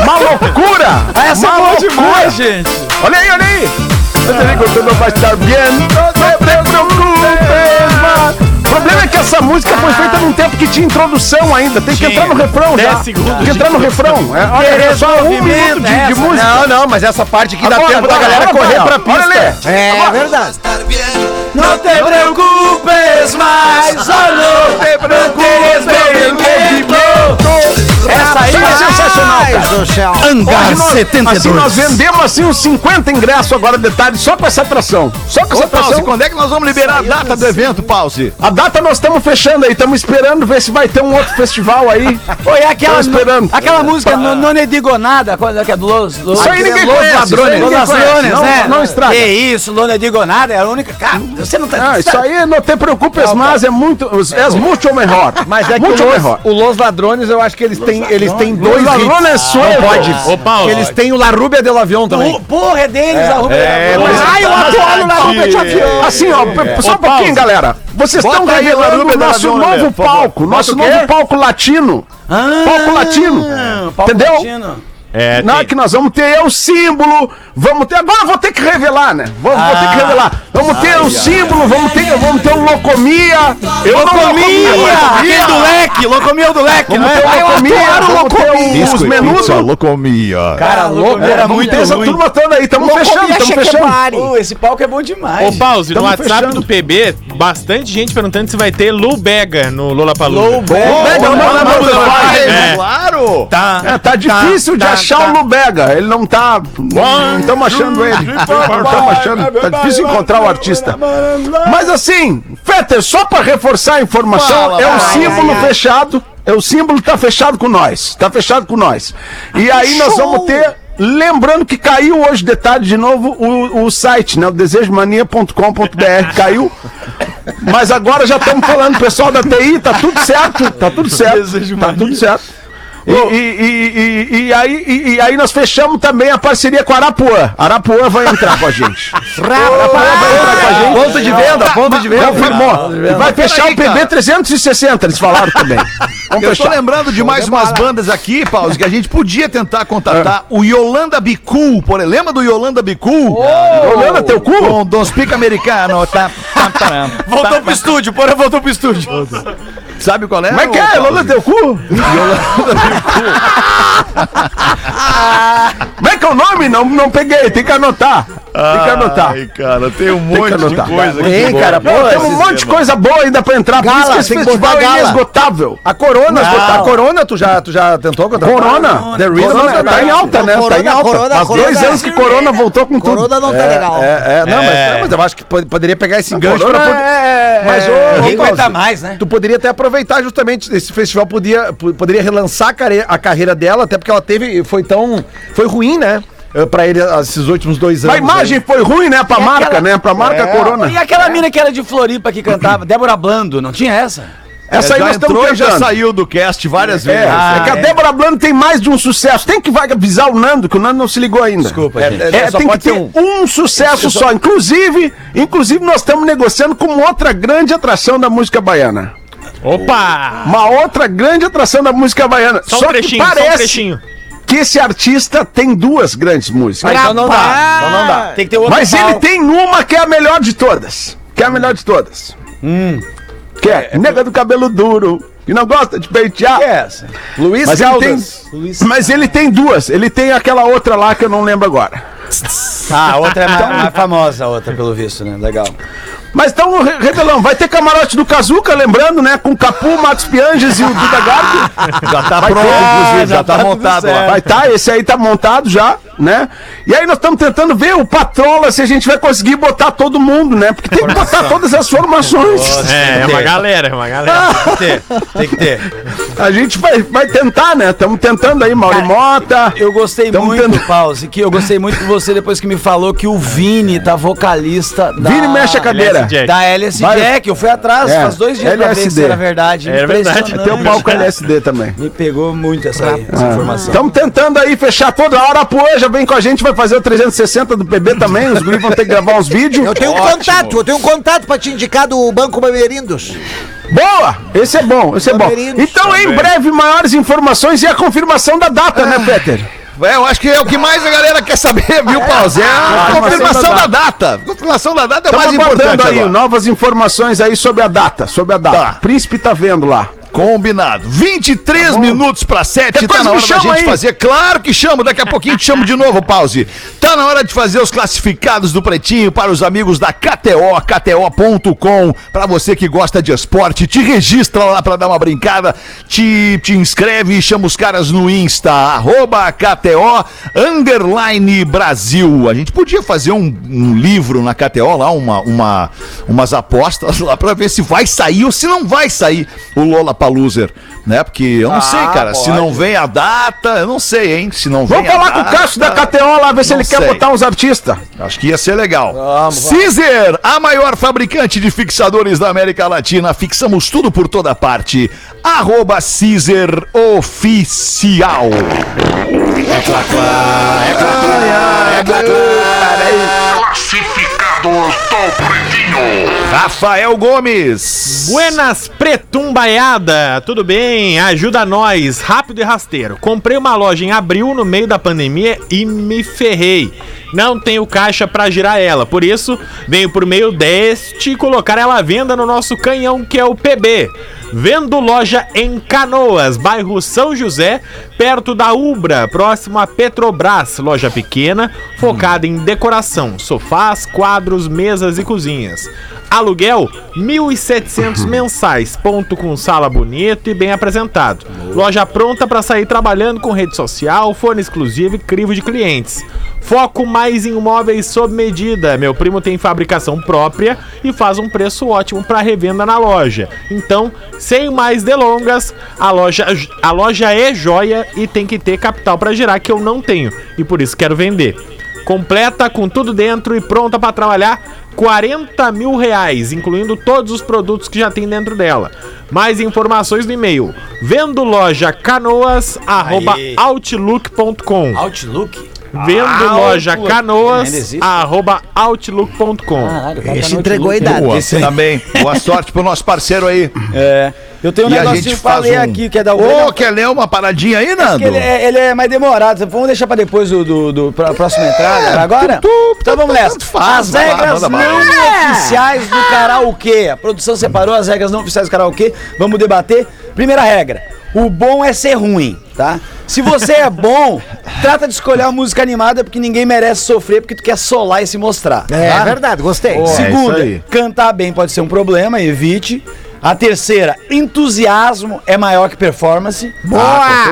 [SPEAKER 4] Uma loucura!
[SPEAKER 3] Essa é
[SPEAKER 4] uma
[SPEAKER 3] boa
[SPEAKER 4] loucura.
[SPEAKER 3] demais, gente.
[SPEAKER 4] Olha aí, olha aí! Você vê que tudo vai estar bem. O problema é que essa música foi feita num tempo que tinha introdução ainda. Tem que entrar no refrão já.
[SPEAKER 5] Dez segundos
[SPEAKER 4] Tem que entrar no refrão. É, olha, é só um minuto de, de música.
[SPEAKER 7] Não, não, mas essa parte aqui dá
[SPEAKER 4] Agora,
[SPEAKER 7] tempo da
[SPEAKER 4] agora,
[SPEAKER 7] galera
[SPEAKER 4] agora,
[SPEAKER 7] correr
[SPEAKER 4] agora.
[SPEAKER 7] pra pista.
[SPEAKER 4] Olha ali.
[SPEAKER 2] Tá
[SPEAKER 6] É, verdade.
[SPEAKER 3] Não te preocupes mais, oh, não te preocupes, baby. Essa aí é sensacional.
[SPEAKER 6] Ai, do céu.
[SPEAKER 4] Hoje nós- Assim, nós vendemos assim uns 50 ingressos agora, detalhe, só com essa atração. Só com essa
[SPEAKER 2] Ô, Pause,
[SPEAKER 4] atração.
[SPEAKER 2] quando é que nós vamos liberar a data do evento, Pause?
[SPEAKER 4] A data nós estamos fechando aí, estamos esperando ver se vai ter um outro festival aí.
[SPEAKER 3] Foi aquela,
[SPEAKER 4] Tô esperando.
[SPEAKER 3] aquela música não, não lhe digo nada, qual é que é do Los, Los
[SPEAKER 4] Isso aí ninguém
[SPEAKER 3] Los
[SPEAKER 4] conhece,
[SPEAKER 3] Ladrones,
[SPEAKER 4] isso aí
[SPEAKER 3] Los
[SPEAKER 4] ninguém conhece.
[SPEAKER 3] Ladrones,
[SPEAKER 4] Não-
[SPEAKER 3] né?
[SPEAKER 4] não estraga.
[SPEAKER 3] Que isso, não lhe digo nada, é a única, cara, você não tá
[SPEAKER 4] Ah, isso aí não te preocupes, mas é muito. É muito melhor.
[SPEAKER 7] tá. Mas é que
[SPEAKER 4] muito
[SPEAKER 7] o Los,
[SPEAKER 4] melhor.
[SPEAKER 7] o Los Ladrones, eu acho que eles têm, eles têm
[SPEAKER 4] Los
[SPEAKER 7] dois
[SPEAKER 4] Ladrones
[SPEAKER 7] hits.
[SPEAKER 4] Suedos.
[SPEAKER 7] Não pode.
[SPEAKER 5] Ô, Paulo.
[SPEAKER 7] Eles têm o La Rubia del Avião
[SPEAKER 4] Então,
[SPEAKER 7] também.
[SPEAKER 3] Pô, Porra, é deles, a Rubia.
[SPEAKER 2] é, mas-
[SPEAKER 3] Ai, eu adoro lá, Rubia de Avião.
[SPEAKER 4] Assim, ó, só um pouquinho, galera. Vocês
[SPEAKER 2] Bota
[SPEAKER 4] estão
[SPEAKER 2] aí,
[SPEAKER 4] revelando
[SPEAKER 2] Laruba
[SPEAKER 4] o nosso
[SPEAKER 2] da Avião,
[SPEAKER 4] novo
[SPEAKER 2] Lelê, por favor.
[SPEAKER 4] palco,
[SPEAKER 2] Bota
[SPEAKER 4] nosso
[SPEAKER 2] o quê?
[SPEAKER 4] novo palco latino. palco latino.
[SPEAKER 3] Palco
[SPEAKER 4] Entendeu?
[SPEAKER 3] latino.
[SPEAKER 5] É,
[SPEAKER 4] Não,
[SPEAKER 5] tem-
[SPEAKER 4] que nós vamos ter o símbolo, vamos ter. Agora eu vou ter que revelar, né? Vou, vou ter que revelar. Vamos ter o símbolo, vamos ter, vamos ter o locomia. Eu
[SPEAKER 3] Locomia! Aquele do leque, locomia do leque,
[SPEAKER 2] é né?
[SPEAKER 4] Vamos ter o
[SPEAKER 3] Ai, eu
[SPEAKER 4] locomia,
[SPEAKER 3] adoro
[SPEAKER 4] vamos ter o- os
[SPEAKER 2] Disco e
[SPEAKER 4] menus.
[SPEAKER 2] pizza, locomia.
[SPEAKER 3] Cara, louco, era
[SPEAKER 4] Vamos
[SPEAKER 3] muito
[SPEAKER 4] ter essa
[SPEAKER 3] ruim.
[SPEAKER 4] turma toda aí, estamos fechando, estamos fechando.
[SPEAKER 3] Pô, esse palco é bom demais.
[SPEAKER 5] Ô, Pause, no
[SPEAKER 4] Tamo
[SPEAKER 5] WhatsApp
[SPEAKER 4] fechando.
[SPEAKER 5] do PB, bastante gente perguntando se vai ter Lou Bega no Lollapalooza. Lou Bega.
[SPEAKER 4] Ô, Bega, manda pra nós.
[SPEAKER 5] É.
[SPEAKER 2] Claro!
[SPEAKER 5] Tá.
[SPEAKER 4] É, tá difícil de achar o Lubega. Ele não tá. Não estamos achando ele. Não estamos achando. Tá difícil encontrar o artista. Mas assim, Fetter, só pra reforçar a informação,
[SPEAKER 2] Fala,
[SPEAKER 4] é um
[SPEAKER 2] vai,
[SPEAKER 4] símbolo fechado. É o símbolo tá fechado com nós. Tá fechado com nós.
[SPEAKER 2] Ah,
[SPEAKER 4] E aí nós vamos ter. Lembrando que caiu hoje de tarde de novo o, o site, né? O desejomania.com.br caiu. Mas agora já estamos falando, pessoal da TI, tá tudo certo. Tá tudo certo. Tá tudo certo. E, e- e- e- e aí, e- e aí nós fechamos também a parceria com a Arapuã. A Arapuã vai entrar com a gente. Arapuã vai entrar com a gente.
[SPEAKER 7] Ponto de venda, ponto de venda.
[SPEAKER 4] Confirmou. E vai fechar
[SPEAKER 2] Peraí,
[SPEAKER 4] o PB
[SPEAKER 2] cara.
[SPEAKER 4] 360, eles falaram também. Vamos
[SPEAKER 2] Eu tô
[SPEAKER 4] fechar.
[SPEAKER 2] lembrando de mais umas bandas aqui, Pause, que a gente podia tentar contatar o Yolanda Bicul, por exemplo. Lembra do Yolanda Bicul?
[SPEAKER 4] Yolanda, teu cu?
[SPEAKER 2] Com Dos Pica Americano. Tá, tá, tá.
[SPEAKER 3] Voltou pro estúdio, porra, voltou pro estúdio.
[SPEAKER 2] Sabe qual é?
[SPEAKER 4] Como é que é?
[SPEAKER 2] ô,
[SPEAKER 4] Yolanda,
[SPEAKER 2] Pause?
[SPEAKER 4] teu cu? Como é que é o nome? Não, não peguei, tem que anotar. Tem que anotar.
[SPEAKER 2] Ai, cara, tem um monte de
[SPEAKER 4] anotar.
[SPEAKER 2] coisa aqui.
[SPEAKER 7] Tem, cara, pô.
[SPEAKER 4] Não, tem um
[SPEAKER 7] esses-
[SPEAKER 4] monte de coisa boa ainda pra entrar. Por isso
[SPEAKER 7] Gala,
[SPEAKER 4] que esse
[SPEAKER 7] tem que
[SPEAKER 4] festival
[SPEAKER 7] botar
[SPEAKER 4] é
[SPEAKER 7] gala.
[SPEAKER 4] inesgotável.
[SPEAKER 7] A Corona, a Corona, tu já, tu já tentou contratar?
[SPEAKER 4] Corona?
[SPEAKER 7] The Reason
[SPEAKER 4] Corona
[SPEAKER 7] é-
[SPEAKER 4] tá em alta, né? tá em
[SPEAKER 6] Corona,
[SPEAKER 4] alta.
[SPEAKER 6] Corona,
[SPEAKER 4] Faz
[SPEAKER 6] Corona.
[SPEAKER 4] dois anos que Corona voltou com tudo.
[SPEAKER 6] Corona não tá legal.
[SPEAKER 7] É, é, não, mas, não, mas eu acho que pod- poderia pegar esse gancho
[SPEAKER 4] Corona
[SPEAKER 7] pra poder-
[SPEAKER 4] é-
[SPEAKER 7] Mas, ô, ô,
[SPEAKER 3] Ninguém
[SPEAKER 7] Pause,
[SPEAKER 3] aguenta mais, né?
[SPEAKER 7] Tu poderia até aproveitar justamente esse festival podia po- poderia relançar a carreira, a carreira dela, até porque ela teve foi tão foi ruim, né? eh, Pra ele ah, esses últimos dois anos.
[SPEAKER 4] A imagem foi ruim, né? Pra marca,
[SPEAKER 3] aquela-
[SPEAKER 4] né? Pra
[SPEAKER 2] É.
[SPEAKER 4] marca Corona.
[SPEAKER 3] E aquela mina que era de Floripa que cantava, Débora Blando, não tinha essa?
[SPEAKER 4] Essa aí
[SPEAKER 2] já
[SPEAKER 4] nós estamos
[SPEAKER 2] entrou e já
[SPEAKER 4] tentando.
[SPEAKER 2] saiu do cast várias
[SPEAKER 4] É,
[SPEAKER 2] vezes.
[SPEAKER 4] é que a Débora Blando tem mais de um sucesso. Tem que vai avisar o Nando, que o Nando não se ligou ainda. Desculpa,
[SPEAKER 7] gente.
[SPEAKER 4] É,
[SPEAKER 7] Só
[SPEAKER 4] tem que
[SPEAKER 7] pode
[SPEAKER 4] ter
[SPEAKER 7] ser
[SPEAKER 4] um, sucesso só. Inclusive, inclusive, nós estamos negociando com outra grande atração da música baiana.
[SPEAKER 5] Opa!
[SPEAKER 4] Uma outra grande atração da música baiana.
[SPEAKER 5] Só um
[SPEAKER 4] Só, que
[SPEAKER 5] trechinho, só um
[SPEAKER 4] parece
[SPEAKER 5] trechinho.
[SPEAKER 4] que esse artista tem duas grandes músicas.
[SPEAKER 3] então não dá, então não dá. Tem que ter outro
[SPEAKER 4] Mas
[SPEAKER 3] pau.
[SPEAKER 4] ele tem uma que é a melhor de todas. Que é a melhor de todas. Que é, Nega do Cabelo Duro, que não gosta de peitar.
[SPEAKER 7] Que é essa? Luiz
[SPEAKER 4] Mas ele, tem,
[SPEAKER 7] Caldas.
[SPEAKER 4] mas ele tem duas. Ele tem aquela outra lá que eu não lembro agora.
[SPEAKER 3] Ah, a outra é mais, mais famosa, a outra, pelo visto, né? Legal.
[SPEAKER 4] Mas então, Re- Rebelão, vai ter camarote do Kazuca, lembrando, né? Com Capu, Matos Pianges e o Duda Garbi.
[SPEAKER 2] Já tá
[SPEAKER 4] Vai
[SPEAKER 2] pronto,
[SPEAKER 4] ter,
[SPEAKER 2] inclusive,
[SPEAKER 4] inclusive,
[SPEAKER 2] já tá
[SPEAKER 4] tudo
[SPEAKER 2] montado
[SPEAKER 4] certo.
[SPEAKER 2] lá.
[SPEAKER 4] Vai tá, esse aí tá montado já, né? E aí nós estamos tentando ver o Patrola se a gente vai conseguir botar todo mundo, né? Porque tem que botar todas as formações.
[SPEAKER 5] É, é uma galera, é uma galera.
[SPEAKER 3] Tem que ter.
[SPEAKER 4] A gente vai, vai tentar, né? Estamos tentando aí, Mauro Mota.
[SPEAKER 3] Eu gostei
[SPEAKER 4] Tamo
[SPEAKER 3] muito,
[SPEAKER 4] tendo-
[SPEAKER 3] Pause, que eu gostei muito de você depois que me falou que o Vini tá vocalista da...
[SPEAKER 4] Vini mexe a cadeira.
[SPEAKER 5] LSD. Jack.
[SPEAKER 3] Da LS
[SPEAKER 4] Vai-
[SPEAKER 3] Jack, eu fui atrás
[SPEAKER 4] É,
[SPEAKER 3] faz dois dias pra ver
[SPEAKER 4] LSD.
[SPEAKER 3] se era verdade.
[SPEAKER 5] Era verdade.
[SPEAKER 4] Tem um palco LSD também.
[SPEAKER 3] Me pegou muito essa, aí, essa informação.
[SPEAKER 4] Estamos Ah. tentando aí fechar toda a hora. A Poeja vem com a gente, vai fazer o 360 do PB também. Os guris vão ter que gravar uns vídeos.
[SPEAKER 6] Eu tenho um contato, eu tenho um contato pra te indicar do Banco Bameirindos.
[SPEAKER 4] Boa! Esse é bom, esse é bom.
[SPEAKER 6] Bandeirinhos.
[SPEAKER 4] Então, em breve, maiores informações e a confirmação da data, né, Peter?
[SPEAKER 2] É, eu acho que é o que mais a galera quer saber, viu, Pause? É a
[SPEAKER 4] confirmação
[SPEAKER 2] confirmação
[SPEAKER 4] da
[SPEAKER 2] da data. Confirmação da data é mais
[SPEAKER 4] Estamos
[SPEAKER 2] importante
[SPEAKER 4] importando aí
[SPEAKER 2] agora.
[SPEAKER 4] novas informações aí sobre a data, sobre a data.
[SPEAKER 2] Tá.
[SPEAKER 4] Príncipe tá vendo lá.
[SPEAKER 2] Combinado. 23 minutos para 7.
[SPEAKER 4] Depois
[SPEAKER 2] Tá na
[SPEAKER 4] me
[SPEAKER 2] hora da
[SPEAKER 4] chama
[SPEAKER 2] gente
[SPEAKER 4] aí.
[SPEAKER 2] fazer. Claro que chamo. Daqui a pouquinho te chamo de novo, pause. Tá na hora de fazer os classificados do Pretinho para os amigos da KTO, KTO.com. Para você que gosta de esporte, te registra lá para dar uma brincada. Te, te inscreve e chama os caras no Insta, arroba KTO, underline Brasil. A gente podia fazer um, um livro na KTO lá, uma, uma, umas apostas lá para ver se vai sair ou se não vai sair o Lola Paluser, né? Porque eu não sei, cara, se não vem a data, eu não sei, hein? Se não vem
[SPEAKER 4] Ah, Vamos falar com o Cássio da KTO lá, ver se
[SPEAKER 2] Não
[SPEAKER 4] ele quer
[SPEAKER 2] sei.
[SPEAKER 4] botar uns artistas.
[SPEAKER 2] Acho que ia ser legal. Caesar, a maior fabricante de fixadores da América Latina. Fixamos tudo por toda parte. Arroba Caesar Oficial.
[SPEAKER 9] Classificados do Pretinho.
[SPEAKER 2] Rafael Gomes.
[SPEAKER 5] Buenas pretumbaiada, tudo bem? Ajuda nós, rápido e rasteiro. Comprei uma loja em abril no meio da pandemia e me ferrei. Não tenho caixa pra girar ela, por isso venho por meio deste colocar ela à venda no nosso canhão que é o PB. Vendo loja em Canoas, bairro São José, perto da Ubra, próximo a Petrobras, loja pequena, focada em decoração, sofás, quadros, mesas e cozinhas. Aluguel 1.700 mensais, ponto com sala bonito e bem apresentado. Loja pronta para sair trabalhando com rede social, fone exclusivo e crivo de clientes. Foco mais em imóveis sob medida. Meu primo tem fabricação própria e faz um preço ótimo para revenda na loja. Então, sem mais delongas, a loja, a loja é joia e tem que ter capital para girar que eu não tenho e por isso quero vender completa com tudo dentro e pronta para trabalhar 40 mil reais, incluindo todos os produtos que já tem dentro dela. Mais informações no e-mail vendo loja canoas arroba outlook.com
[SPEAKER 3] Outlook?
[SPEAKER 5] vendo
[SPEAKER 3] Ah, Outlook.
[SPEAKER 5] loja
[SPEAKER 3] Ainda
[SPEAKER 5] canoas
[SPEAKER 3] existe?
[SPEAKER 5] arroba outlook.com
[SPEAKER 3] Caralho, o cara tá
[SPEAKER 6] Esse
[SPEAKER 3] no
[SPEAKER 6] entregou a
[SPEAKER 3] Outlook.
[SPEAKER 6] idade.
[SPEAKER 2] Boa, também. Boa sorte pro nosso parceiro aí.
[SPEAKER 3] É. Eu tenho um
[SPEAKER 2] e a
[SPEAKER 3] negócio
[SPEAKER 2] gente
[SPEAKER 3] que eu
[SPEAKER 2] faz
[SPEAKER 3] falei
[SPEAKER 2] um...
[SPEAKER 3] aqui, que é da
[SPEAKER 2] Ô,
[SPEAKER 3] Uber.
[SPEAKER 2] quer ler uma paradinha aí, Nando?
[SPEAKER 3] Ele é, ele é mais demorado. Vamos deixar pra depois do, do, do pra próxima entrada. pra agora? então vamos nessa.
[SPEAKER 2] tanto faz,
[SPEAKER 3] as
[SPEAKER 2] vai lá,
[SPEAKER 3] regras
[SPEAKER 2] manda
[SPEAKER 3] não
[SPEAKER 2] bala.
[SPEAKER 3] oficiais do karaokê. A produção separou as regras não oficiais do karaokê. Vamos debater. Primeira regra: o bom é ser ruim, tá? Se você é bom, trata de escolher uma música animada porque ninguém merece sofrer porque tu quer solar e se mostrar.
[SPEAKER 6] É,
[SPEAKER 3] tá?
[SPEAKER 6] verdade, gostei.
[SPEAKER 3] Segunda,
[SPEAKER 2] aí.
[SPEAKER 3] cantar bem pode ser um problema, evite. A terceira, entusiasmo é maior que performance.
[SPEAKER 4] Ah,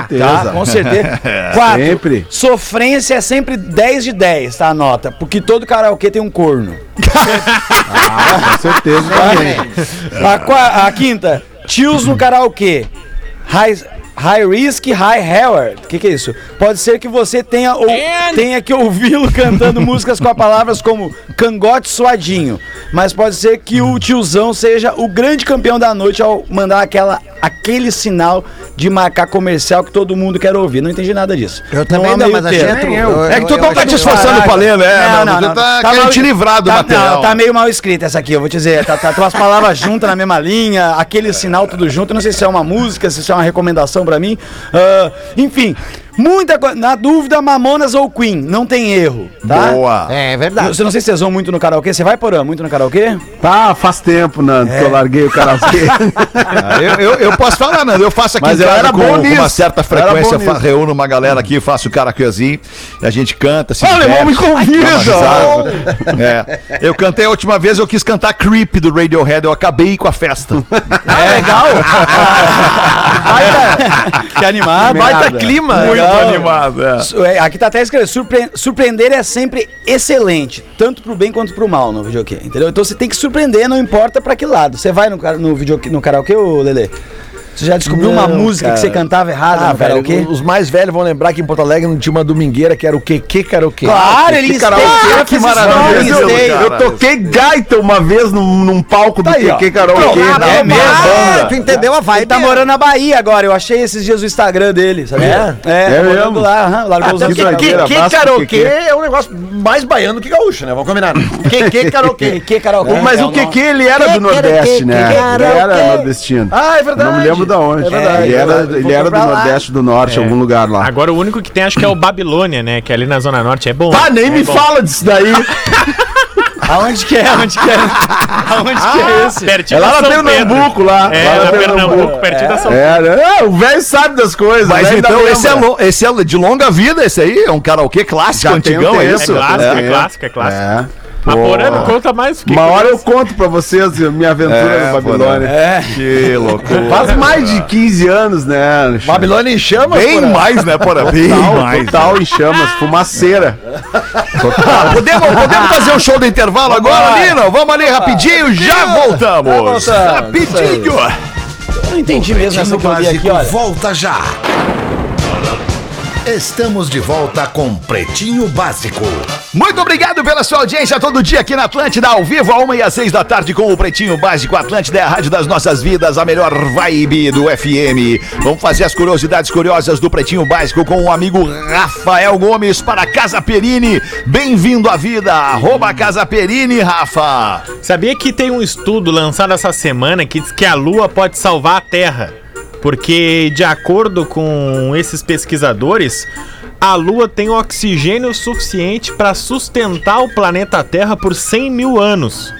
[SPEAKER 3] Boa! tá, com certeza. Quatro,
[SPEAKER 4] Sempre.
[SPEAKER 3] sofrência é sempre 10 de 10, tá? A nota. Porque todo karaokê tem um corno.
[SPEAKER 4] Ah, Com certeza também.
[SPEAKER 3] A, qua- a quinta, tios no karaokê. High, high risk, high reward. O que, que é isso? Pode ser que você tenha, ou, tenha que ouvi-lo cantando músicas com palavras como cangote suadinho. Mas pode ser que o tiozão seja o grande campeão da noite ao mandar aquela, aquele sinal de marcar comercial que todo mundo quer ouvir. Não entendi nada disso.
[SPEAKER 6] Eu também
[SPEAKER 3] há
[SPEAKER 6] não,
[SPEAKER 3] meio
[SPEAKER 6] mas a
[SPEAKER 3] termo.
[SPEAKER 6] gente-
[SPEAKER 3] Nem
[SPEAKER 6] eu-
[SPEAKER 2] É que tu
[SPEAKER 6] eu
[SPEAKER 2] não
[SPEAKER 6] acho
[SPEAKER 2] tá
[SPEAKER 6] que-
[SPEAKER 2] te esforçando pra ler, né?
[SPEAKER 3] Não, não,
[SPEAKER 2] tu
[SPEAKER 3] não.
[SPEAKER 2] Tá
[SPEAKER 3] Tá
[SPEAKER 2] querendo
[SPEAKER 3] mal-
[SPEAKER 2] te livrar do
[SPEAKER 3] tá,
[SPEAKER 2] material.
[SPEAKER 3] Não, tá meio mal escrita essa aqui, eu vou te dizer. Tá, tá, tá umas palavras juntas na mesma linha, aquele sinal tudo junto. eu Não sei se é uma música, se isso é uma recomendação pra mim. Ah, enfim, muita coisa. Na dúvida, Mamonas ou Queen, não tem erro, tá?
[SPEAKER 2] Boa.
[SPEAKER 6] É
[SPEAKER 3] Eu
[SPEAKER 6] verdade.
[SPEAKER 3] eu não sei se vocês vão muito no karaokê. Você vai, Porã, muito no karaokê?
[SPEAKER 4] Tá, faz tempo, Nando,
[SPEAKER 2] É.
[SPEAKER 4] que eu larguei o assim. karaokê.
[SPEAKER 2] Ah, Eu, eu- eu posso falar, Nando. Eu faço aqui
[SPEAKER 4] Mas
[SPEAKER 2] em
[SPEAKER 4] eu
[SPEAKER 2] casa
[SPEAKER 4] era
[SPEAKER 2] com,
[SPEAKER 4] bom
[SPEAKER 2] com uma
[SPEAKER 4] nisso.
[SPEAKER 2] certa
[SPEAKER 4] Eu era bom
[SPEAKER 2] frequência. fa-
[SPEAKER 4] nisso.
[SPEAKER 2] Reúno uma galera aqui, faço o caraquezinho. A gente canta, se
[SPEAKER 4] Olha, irmão, me
[SPEAKER 2] diverte,
[SPEAKER 4] convida.
[SPEAKER 2] dá uma risada. É. Eu cantei a última vez, eu quis cantar Creep do Radiohead. Eu acabei com a festa.
[SPEAKER 4] Ah,
[SPEAKER 3] É legal. que animado.
[SPEAKER 7] Baita clima.
[SPEAKER 2] Muito
[SPEAKER 3] Legal.
[SPEAKER 2] animado. é.
[SPEAKER 3] Su- é, Aqui tá até escrito, surpre- surpreender é sempre excelente, tanto pro bem quanto pro mal no videokê, entendeu? Então você tem que surpreender, não importa pra que lado. Você vai no, cara- no, videokê, no karaokê, ô Lelê? Você já descobriu uma
[SPEAKER 7] Não,
[SPEAKER 3] música que
[SPEAKER 7] cara.
[SPEAKER 3] você cantava errada
[SPEAKER 7] Ah,
[SPEAKER 3] no karaokê?
[SPEAKER 7] velho, os mais velhos vão lembrar que em Porto Alegre não tinha uma domingueira que era o QQ Karaokê.
[SPEAKER 3] Claro, ele
[SPEAKER 7] Que karaokê, é
[SPEAKER 3] está-
[SPEAKER 7] que
[SPEAKER 3] fez
[SPEAKER 7] maravilha.
[SPEAKER 3] stories
[SPEAKER 7] Eu-
[SPEAKER 3] dele.
[SPEAKER 4] eu toquei gaita uma vez num, num palco do
[SPEAKER 7] Tá aí, ó.
[SPEAKER 4] TQ Karaokê.
[SPEAKER 7] Pronto,
[SPEAKER 4] né?
[SPEAKER 3] é mesmo.
[SPEAKER 6] Ah, tu entendeu a
[SPEAKER 3] Ele
[SPEAKER 6] vibe?
[SPEAKER 3] tá morando na Bahia agora, eu achei esses dias o Instagram dele, sabia? É, é,
[SPEAKER 4] É
[SPEAKER 3] tá morando
[SPEAKER 4] mesmo?
[SPEAKER 3] lá, aham, largou os
[SPEAKER 7] Até
[SPEAKER 3] amigos.
[SPEAKER 7] porque
[SPEAKER 4] zagueiro,
[SPEAKER 7] QQ
[SPEAKER 4] abraço pro
[SPEAKER 7] Karaokê
[SPEAKER 4] QQ.
[SPEAKER 7] é um negócio mais baiano que gaúcho, né? Vamos combinar. QQ Karaokê. É.
[SPEAKER 3] Que karaokê?
[SPEAKER 4] Mas o QQ, ele era do Nordeste, né? Ele era nordestino.
[SPEAKER 7] Ah, é
[SPEAKER 4] Eu
[SPEAKER 7] verdade.
[SPEAKER 4] Não me lembro de onde.
[SPEAKER 7] É verdade.
[SPEAKER 4] ele era,
[SPEAKER 3] Voltou
[SPEAKER 4] ele era do
[SPEAKER 3] pra lá.
[SPEAKER 4] Nordeste, do Norte, algum lugar lá.
[SPEAKER 5] Agora o único que tem acho que é o Babilônia, né? Que ali na Zona Norte é bom.
[SPEAKER 4] Ah, nem
[SPEAKER 5] é
[SPEAKER 4] me
[SPEAKER 5] bom.
[SPEAKER 4] fala disso daí.
[SPEAKER 3] Aonde que é? Aonde que é? Aonde que é esse?
[SPEAKER 5] Pertinho
[SPEAKER 4] É lá
[SPEAKER 5] da
[SPEAKER 4] na
[SPEAKER 5] Tipo São Pedro.
[SPEAKER 4] Pernambuco, lá.
[SPEAKER 5] É,
[SPEAKER 4] lá
[SPEAKER 5] na Pernambuco, pertinho da São Pedro.
[SPEAKER 4] É, né? o velho sabe das coisas.
[SPEAKER 2] Mas
[SPEAKER 4] o velho
[SPEAKER 2] então,
[SPEAKER 4] ainda
[SPEAKER 2] esse é,
[SPEAKER 4] lembra.
[SPEAKER 2] lo- esse é de longa vida, esse aí? É um karaokê clássico,
[SPEAKER 4] Já
[SPEAKER 2] antigão,
[SPEAKER 4] tem um
[SPEAKER 2] é
[SPEAKER 4] tempo,
[SPEAKER 2] isso?
[SPEAKER 5] É clássico,
[SPEAKER 4] É.
[SPEAKER 5] é clássico, é clássico.
[SPEAKER 4] É.
[SPEAKER 5] A Porã não conta mais. fiquei
[SPEAKER 4] Uma hora eu
[SPEAKER 5] curioso.
[SPEAKER 4] conto pra vocês a minha aventura
[SPEAKER 2] É,
[SPEAKER 4] no Babilônia.
[SPEAKER 2] É. Que loucura.
[SPEAKER 4] Faz mais de 15 anos, né? Alexandre?
[SPEAKER 7] Babilônia em chamas,
[SPEAKER 2] Bem
[SPEAKER 7] porra.
[SPEAKER 2] mais, né, Porã? Bem
[SPEAKER 4] Total,
[SPEAKER 2] mais.
[SPEAKER 4] total em chamas, fumaceira.
[SPEAKER 2] Ah, podemos, podemos fazer um show do intervalo agora, Lino? Vamos ali rapidinho, já voltamos. Rapidinho.
[SPEAKER 3] Eu não entendi mesmo essa que eu vi aqui,
[SPEAKER 1] Básico
[SPEAKER 3] olha.
[SPEAKER 1] volta já. Estamos de volta com Pretinho Básico.
[SPEAKER 2] Muito obrigado pela sua audiência todo dia aqui na Atlântida, ao vivo, a 1 e às 6 da tarde, com o Pretinho Básico. Atlântida é a rádio das nossas vidas, a melhor vibe do FM. Vamos fazer as curiosidades curiosas do Pretinho Básico com o amigo Rafael Gomes para Casa Perini. Bem-vindo à vida, arroba Casa Perini, Rafa.
[SPEAKER 5] Sabia que tem um estudo lançado essa semana que diz que a Lua pode salvar a Terra? Porque, de acordo com esses pesquisadores, a Lua tem oxigênio suficiente para sustentar o planeta Terra por 100 mil anos.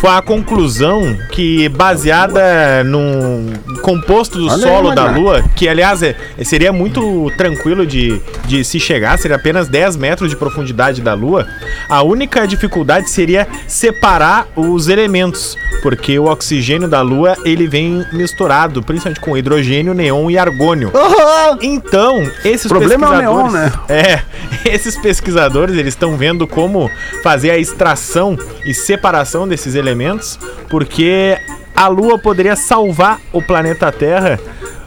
[SPEAKER 5] Foi a conclusão que, baseada num composto do
[SPEAKER 4] Olha aí,
[SPEAKER 5] solo da
[SPEAKER 4] Maná.
[SPEAKER 5] Lua, que aliás é- seria muito tranquilo de, de se chegar, seria apenas 10 metros de profundidade da Lua, a única dificuldade seria separar os elementos, porque o oxigênio da Lua ele vem misturado, principalmente com hidrogênio, neon e argônio. Então, esses
[SPEAKER 4] O problema é o neon,
[SPEAKER 5] pesquisadores-
[SPEAKER 7] né?
[SPEAKER 5] É, esses pesquisadores, eles estão vendo como fazer a extração e separação desses elementos, porque a Lua poderia salvar o planeta Terra,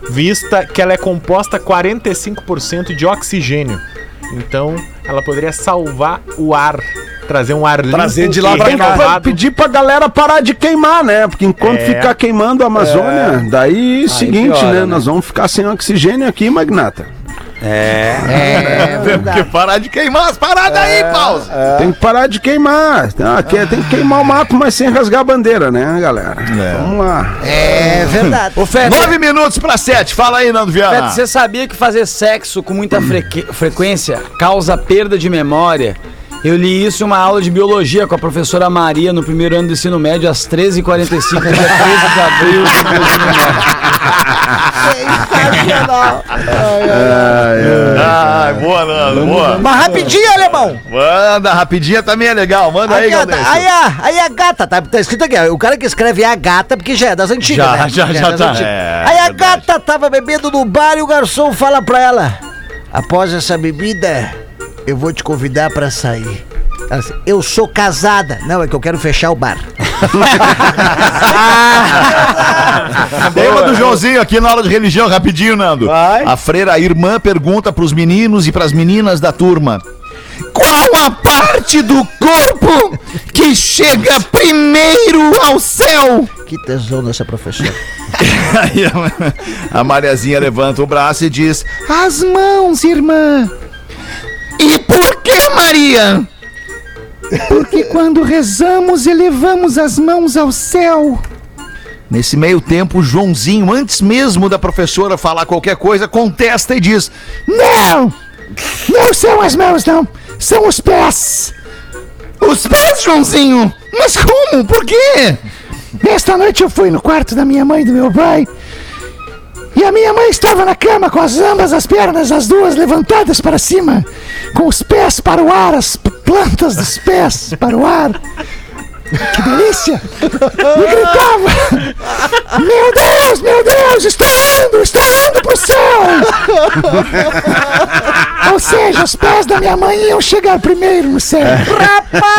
[SPEAKER 5] vista que ela é composta 45% de oxigênio. Então, ela poderia salvar o ar, trazer um ar limpo
[SPEAKER 7] Trazer de lá
[SPEAKER 5] e
[SPEAKER 7] pra cá.
[SPEAKER 4] Vai
[SPEAKER 5] renovado.
[SPEAKER 4] pedir pra galera parar de queimar, né? Porque enquanto
[SPEAKER 5] É.
[SPEAKER 4] ficar queimando a Amazônia, daí seguinte,
[SPEAKER 7] É. piora,
[SPEAKER 4] né?
[SPEAKER 7] né?
[SPEAKER 4] Nós vamos ficar sem oxigênio aqui, magnata.
[SPEAKER 2] Temos que parar de queimar as paradas aí, Paulo.
[SPEAKER 7] É.
[SPEAKER 4] Tem que parar de queimar. Ah, que- tem que queimar o mato, mas sem rasgar a bandeira, né, galera? Vamos lá.
[SPEAKER 6] É verdade.
[SPEAKER 3] Ô, Fede,
[SPEAKER 2] Nove minutos para sete. Fala aí, Nando
[SPEAKER 3] Beto,
[SPEAKER 2] Viana.
[SPEAKER 3] você sabia que fazer sexo com muita freque- frequência causa perda de memória? Eu li isso em uma aula de biologia com a professora Maria no primeiro ano do ensino médio, às 13h45, dia 13 de abril de 2009.
[SPEAKER 6] Sensacional.
[SPEAKER 2] Ai, Ah, boa, Nando, boa.
[SPEAKER 6] Mas rapidinho, alemão.
[SPEAKER 2] Manda, rapidinha também é legal. Manda
[SPEAKER 6] A
[SPEAKER 2] aí,
[SPEAKER 6] gata,
[SPEAKER 2] Galdêncio.
[SPEAKER 6] tá- aí, é a, aí a gata, tá, tá escrito aqui, ó, o cara que escreve é a gata, porque já é das antigas,
[SPEAKER 2] Já,
[SPEAKER 6] né?
[SPEAKER 2] já,
[SPEAKER 6] é
[SPEAKER 2] já
[SPEAKER 6] das
[SPEAKER 2] tá.
[SPEAKER 6] antigas.
[SPEAKER 2] É,
[SPEAKER 6] aí a
[SPEAKER 2] verdade.
[SPEAKER 6] gata tava bebendo no bar e o garçom fala pra ela, após essa bebida, eu vou te convidar pra sair. Ela disse, Eu sou casada. Não, é que eu quero fechar o bar.
[SPEAKER 2] Tem uma do Joãozinho aqui na aula de religião, rapidinho, Nando.
[SPEAKER 7] Vai.
[SPEAKER 2] A freira irmã pergunta pros meninos e pras meninas da turma:
[SPEAKER 10] Qual a parte do corpo que chega primeiro ao céu?
[SPEAKER 6] Que tesão dessa professora.
[SPEAKER 2] Aí a, a Mariazinha levanta o braço e diz:
[SPEAKER 10] As mãos, irmã. E por que, Maria? Porque quando rezamos, elevamos as mãos ao céu.
[SPEAKER 2] Nesse meio tempo, o Joãozinho, antes mesmo da professora falar qualquer coisa, contesta e diz:
[SPEAKER 10] Não! Não são as mãos, não! São os pés! Os pés, Joãozinho! Mas como? Por quê? Esta noite eu fui no quarto da minha mãe e do meu pai. E a minha mãe estava na cama com as ambas as pernas, as duas levantadas para cima, com os pés para o ar, as p- plantas dos pés para o ar. Que delícia! E gritava: Meu Deus, meu Deus, estou indo, estou indo pro céu! Ou seja, os pés da minha mãe iam chegar primeiro
[SPEAKER 7] É
[SPEAKER 10] no céu.
[SPEAKER 4] É.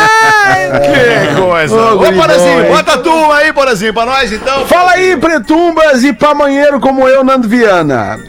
[SPEAKER 2] Que coisa!
[SPEAKER 4] Ô,
[SPEAKER 2] É. Ô,
[SPEAKER 4] gurizão,
[SPEAKER 2] Borazinho,
[SPEAKER 4] hein?
[SPEAKER 2] bota a tua aí, Borazinho, pra nós então.
[SPEAKER 4] Fala aí, pretumbas e pamonheiro como eu, Nando Viana.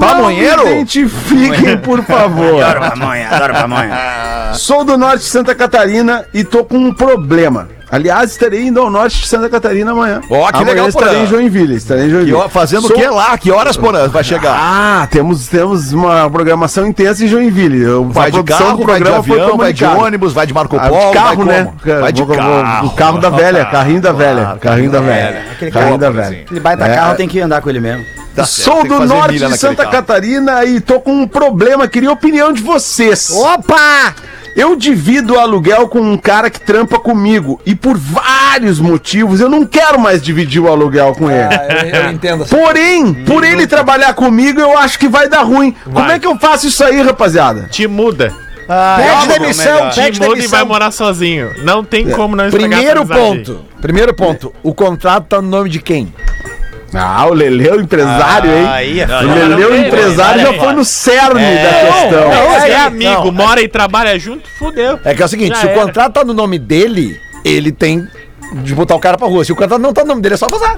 [SPEAKER 2] Pamonheiro?
[SPEAKER 4] Não me identifiquem, por favor.
[SPEAKER 3] pamonha, adoro pamonha.
[SPEAKER 4] Sou do norte de Santa Catarina e tô com um problema. Aliás, estarei indo ao norte de Santa Catarina amanhã.
[SPEAKER 2] Ó, que
[SPEAKER 4] amanhã
[SPEAKER 2] legal,
[SPEAKER 4] estarei
[SPEAKER 2] Porã.
[SPEAKER 4] em Joinville. Estarei em
[SPEAKER 2] E
[SPEAKER 4] Joinville.
[SPEAKER 2] ó, fazendo o
[SPEAKER 4] Sou-
[SPEAKER 2] que lá? Que horas, Porã, vai chegar?
[SPEAKER 4] Ah, temos, temos uma programação intensa em Joinville. Eu-
[SPEAKER 2] Vai
[SPEAKER 4] a
[SPEAKER 2] de
[SPEAKER 4] produção
[SPEAKER 2] carro,
[SPEAKER 4] do
[SPEAKER 2] vai de
[SPEAKER 4] programa foi
[SPEAKER 2] avião, vai de
[SPEAKER 4] comunicada.
[SPEAKER 2] ônibus, vai de Marco
[SPEAKER 4] Ah,
[SPEAKER 2] Polo,
[SPEAKER 4] de carro,
[SPEAKER 2] vai
[SPEAKER 4] né?
[SPEAKER 2] como? Vai de
[SPEAKER 4] Vou- vou-
[SPEAKER 2] carro. Ah,
[SPEAKER 4] O carro da velha, carrinho da velha. Carrinho da velha.
[SPEAKER 3] aquele
[SPEAKER 4] Carrinho
[SPEAKER 2] carro,
[SPEAKER 4] da
[SPEAKER 2] por
[SPEAKER 4] velha.
[SPEAKER 2] exemplo.
[SPEAKER 3] Ele baita
[SPEAKER 4] É.
[SPEAKER 3] carro, tem que andar com ele mesmo.
[SPEAKER 2] Tá certo,
[SPEAKER 4] Sou
[SPEAKER 2] tem que
[SPEAKER 4] do
[SPEAKER 2] fazer
[SPEAKER 4] norte
[SPEAKER 2] milha
[SPEAKER 4] de
[SPEAKER 2] naquele
[SPEAKER 4] Santa
[SPEAKER 2] carro.
[SPEAKER 4] Catarina e tô com um problema. Queria a opinião de vocês.
[SPEAKER 6] Opa!
[SPEAKER 4] Eu divido o aluguel com um cara que trampa comigo e por vários motivos eu não quero mais dividir o aluguel com ele.
[SPEAKER 7] Eu entendo.
[SPEAKER 4] Porém, por ele trabalhar comigo, eu acho que vai dar ruim. Como
[SPEAKER 5] Vai.
[SPEAKER 4] é que eu faço isso aí, rapaziada?
[SPEAKER 5] Te muda.
[SPEAKER 6] Pede demissão,
[SPEAKER 5] Te
[SPEAKER 6] pede
[SPEAKER 5] muda e vai
[SPEAKER 6] demissão.
[SPEAKER 5] morar sozinho. Não tem como não estragar
[SPEAKER 7] É. Primeiro
[SPEAKER 5] essa amizade.
[SPEAKER 7] ponto. Primeiro ponto. O contrato tá no nome de quem?
[SPEAKER 4] Ah, o Leleu empresário, hein?
[SPEAKER 5] Aí é
[SPEAKER 4] o
[SPEAKER 5] foda.
[SPEAKER 4] Leleu
[SPEAKER 5] Não, É.
[SPEAKER 4] empresário já foi no cerne da questão.
[SPEAKER 5] não, Se é amigo, mora e trabalha junto, fudeu.
[SPEAKER 7] É que é o seguinte,
[SPEAKER 5] Já
[SPEAKER 7] se o
[SPEAKER 5] era.
[SPEAKER 7] contrato tá no nome dele, ele tem de botar o cara pra rua. Se o contrato não tá no nome dele, é só vazar.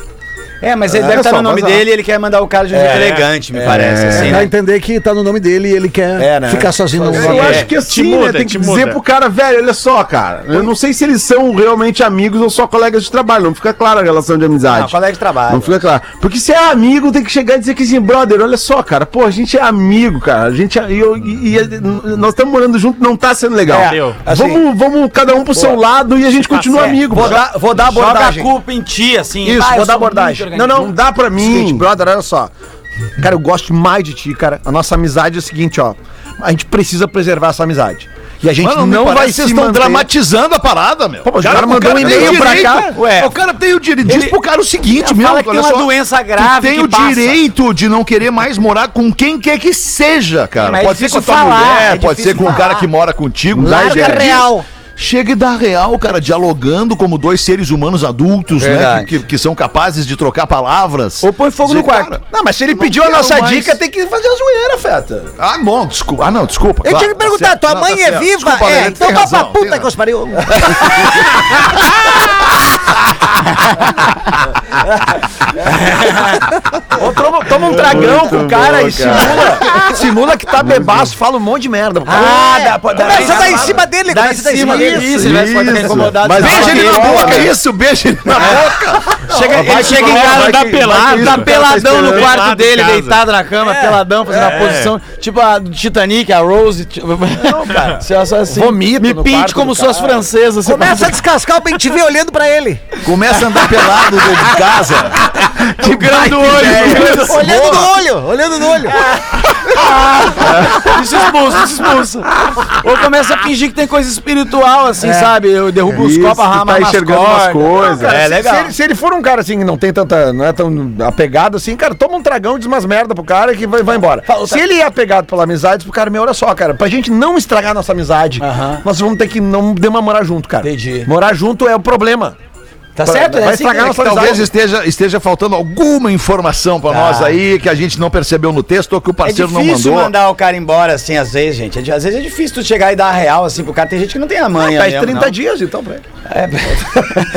[SPEAKER 3] É, mas ele
[SPEAKER 4] É,
[SPEAKER 3] deve estar
[SPEAKER 4] só
[SPEAKER 3] no nome
[SPEAKER 4] vazar.
[SPEAKER 3] dele e ele quer mandar o cara de um jeito elegante, me parece,
[SPEAKER 2] É.
[SPEAKER 3] assim,
[SPEAKER 6] Vai
[SPEAKER 3] né?
[SPEAKER 6] entender que tá no nome dele e ele quer
[SPEAKER 7] É, né?
[SPEAKER 6] ficar sozinho no
[SPEAKER 4] Eu
[SPEAKER 6] lugar.
[SPEAKER 4] acho
[SPEAKER 5] te
[SPEAKER 4] que assim, né,
[SPEAKER 5] muda,
[SPEAKER 4] tem
[SPEAKER 5] te
[SPEAKER 4] que dizer
[SPEAKER 5] muda.
[SPEAKER 4] pro cara, velho, olha só, cara. Eu não sei se eles são realmente amigos ou só colegas de trabalho. Não fica clara a relação é de amizade.
[SPEAKER 3] Não,
[SPEAKER 7] é
[SPEAKER 3] colega de trabalho.
[SPEAKER 4] Não fica claro. Porque se é amigo, tem que chegar e dizer que assim, brother, olha só, cara, pô, a gente é amigo, cara. A gente é, e eu- e- e- nós estamos morando junto, não tá sendo legal.
[SPEAKER 5] É, deu.
[SPEAKER 7] assim,
[SPEAKER 4] vamos, vamos cada um pro seu lado e a gente
[SPEAKER 3] É.
[SPEAKER 4] continua amigo.
[SPEAKER 7] Tá Vou
[SPEAKER 4] cara.
[SPEAKER 7] dar, vou dar
[SPEAKER 3] Joga a
[SPEAKER 7] abordagem.
[SPEAKER 3] culpa em ti, assim. Ah, eu
[SPEAKER 7] Isso, vou dar
[SPEAKER 3] sou muito
[SPEAKER 7] abordagem.
[SPEAKER 3] organizado.
[SPEAKER 4] Não dá pra mim.
[SPEAKER 7] Seguinte, brother, olha só. Cara, eu gosto mais de ti, cara. A nossa amizade é o seguinte, ó. A gente precisa preservar essa amizade. E a gente
[SPEAKER 2] Mano,
[SPEAKER 7] não
[SPEAKER 2] me
[SPEAKER 7] vai
[SPEAKER 2] parece que
[SPEAKER 7] se
[SPEAKER 2] vocês estão
[SPEAKER 7] manter-
[SPEAKER 2] dramatizando a parada, meu.
[SPEAKER 7] Pô, mas o cara mandou um
[SPEAKER 2] tem
[SPEAKER 7] e-mail
[SPEAKER 2] o
[SPEAKER 7] pra
[SPEAKER 2] direito.
[SPEAKER 7] cá.
[SPEAKER 2] Ué. O cara tem o direito. Diz pro cara o seguinte, meu.
[SPEAKER 3] Fala que tem
[SPEAKER 2] olha
[SPEAKER 3] uma
[SPEAKER 2] só,
[SPEAKER 3] doença
[SPEAKER 2] Tu
[SPEAKER 3] grave
[SPEAKER 2] tem
[SPEAKER 3] que
[SPEAKER 2] o
[SPEAKER 3] passa.
[SPEAKER 2] direito de não querer mais morar com quem quer que seja, cara.
[SPEAKER 3] Mas é
[SPEAKER 2] pode ser com a
[SPEAKER 3] difícil
[SPEAKER 2] tua
[SPEAKER 3] falar,
[SPEAKER 2] mulher,
[SPEAKER 3] é
[SPEAKER 2] pode ser
[SPEAKER 3] difícil
[SPEAKER 2] com o cara
[SPEAKER 3] falar.
[SPEAKER 2] que mora contigo.
[SPEAKER 6] Larga
[SPEAKER 2] dá ideia.
[SPEAKER 6] real.
[SPEAKER 2] Chega e dá real, cara, dialogando como dois seres humanos adultos, né?
[SPEAKER 3] Verdade.
[SPEAKER 2] Que, que- que são capazes de trocar palavras.
[SPEAKER 3] Ou põe fogo no
[SPEAKER 2] Dizer,
[SPEAKER 3] quarto.
[SPEAKER 2] cara,
[SPEAKER 7] Não, mas se ele
[SPEAKER 2] Eu não
[SPEAKER 7] pediu a
[SPEAKER 2] quero
[SPEAKER 7] nossa
[SPEAKER 2] mais.
[SPEAKER 7] dica, tem que fazer a zoeira, feta.
[SPEAKER 2] Ah, não, desculpa. Ah, não, desculpa.
[SPEAKER 6] Eu
[SPEAKER 2] claro,
[SPEAKER 6] tinha que
[SPEAKER 2] tá
[SPEAKER 6] perguntar,
[SPEAKER 2] certo.
[SPEAKER 6] tua
[SPEAKER 2] Não,
[SPEAKER 6] mãe
[SPEAKER 2] tá
[SPEAKER 6] é
[SPEAKER 2] certo.
[SPEAKER 6] viva?
[SPEAKER 2] Desculpa,
[SPEAKER 6] é,
[SPEAKER 2] Lelê, tu
[SPEAKER 6] então
[SPEAKER 2] tem
[SPEAKER 6] vá pra
[SPEAKER 2] razão, tem
[SPEAKER 6] puta que os pariu.
[SPEAKER 7] Ou toma, toma um dragão com o cara e simula, simula que tá bebaço, fala um monte de merda.
[SPEAKER 3] Ah, dá, dá,
[SPEAKER 6] Começa a dar
[SPEAKER 3] dá
[SPEAKER 6] em cima dele,
[SPEAKER 3] Dá em
[SPEAKER 6] começa a dar
[SPEAKER 3] cima dele. Isso, ele vai ficar incomodado.
[SPEAKER 4] Mas
[SPEAKER 2] Beija ele na
[SPEAKER 4] Não,
[SPEAKER 2] boca, é
[SPEAKER 4] não.
[SPEAKER 2] isso, beija ele na boca.
[SPEAKER 3] Chega, ele chega em
[SPEAKER 5] vai,
[SPEAKER 3] casa,
[SPEAKER 5] vai
[SPEAKER 3] tá
[SPEAKER 5] que- vai que
[SPEAKER 3] pelado,
[SPEAKER 5] isso,
[SPEAKER 3] tá
[SPEAKER 5] o cara tá
[SPEAKER 3] peladão no
[SPEAKER 5] esperando.
[SPEAKER 3] quarto
[SPEAKER 5] Pelado
[SPEAKER 3] dele,
[SPEAKER 5] em casa.
[SPEAKER 3] deitado na cama, peladão, fazendo a posição, tipo a do Titanic, a Rose. tipo- Não, cara. Você é só assim.
[SPEAKER 7] Vomita
[SPEAKER 3] Me
[SPEAKER 7] no
[SPEAKER 3] pinte
[SPEAKER 7] quarto
[SPEAKER 3] como
[SPEAKER 7] do
[SPEAKER 3] se fosse francesa. você
[SPEAKER 6] Começa a descascar o pente vê olhando pra ele.
[SPEAKER 2] Começa a andar pelado dentro de casa. Que é. grande olho.
[SPEAKER 6] Olhando no olho, olhando no olho.
[SPEAKER 3] Isso expulsa, isso expulsa. Ou começa a fingir que tem coisa espiritual, assim, sabe? Eu derrubo os
[SPEAKER 4] Isso,
[SPEAKER 3] copos,
[SPEAKER 4] tu
[SPEAKER 3] rama
[SPEAKER 4] tá enxergando umas coisas.
[SPEAKER 7] é legal. Se ele, se ele for um cara assim que não tem tanta. não é tão apegado assim, cara, toma um tragão e diz umas merda pro cara que vai, vai embora. Se
[SPEAKER 3] tá.
[SPEAKER 7] ele é apegado pela amizade, diz pro cara, meu, olha só, cara, pra gente não estragar nossa amizade,
[SPEAKER 3] Aham.
[SPEAKER 7] nós vamos ter que não demorar junto, cara.
[SPEAKER 3] Entendi.
[SPEAKER 7] Morar junto é o problema.
[SPEAKER 3] Tá certo? É
[SPEAKER 2] Vai
[SPEAKER 3] assim que-
[SPEAKER 2] estragar
[SPEAKER 3] é
[SPEAKER 2] nossa
[SPEAKER 3] que
[SPEAKER 2] Talvez
[SPEAKER 3] talvez-
[SPEAKER 2] esteja, esteja faltando alguma informação pra nós aí que a gente não percebeu no texto ou que o
[SPEAKER 3] É
[SPEAKER 2] parceiro não
[SPEAKER 3] difícil
[SPEAKER 2] mandou.
[SPEAKER 3] mandar o cara embora assim, às vezes, gente. É di- Às vezes é difícil tu chegar e dar a real assim pro cara. Tem gente que não tem a manha.
[SPEAKER 7] tá
[SPEAKER 4] Faz
[SPEAKER 3] É mesmo,
[SPEAKER 4] 30
[SPEAKER 3] não.
[SPEAKER 4] dias, então, pra ele.
[SPEAKER 3] É,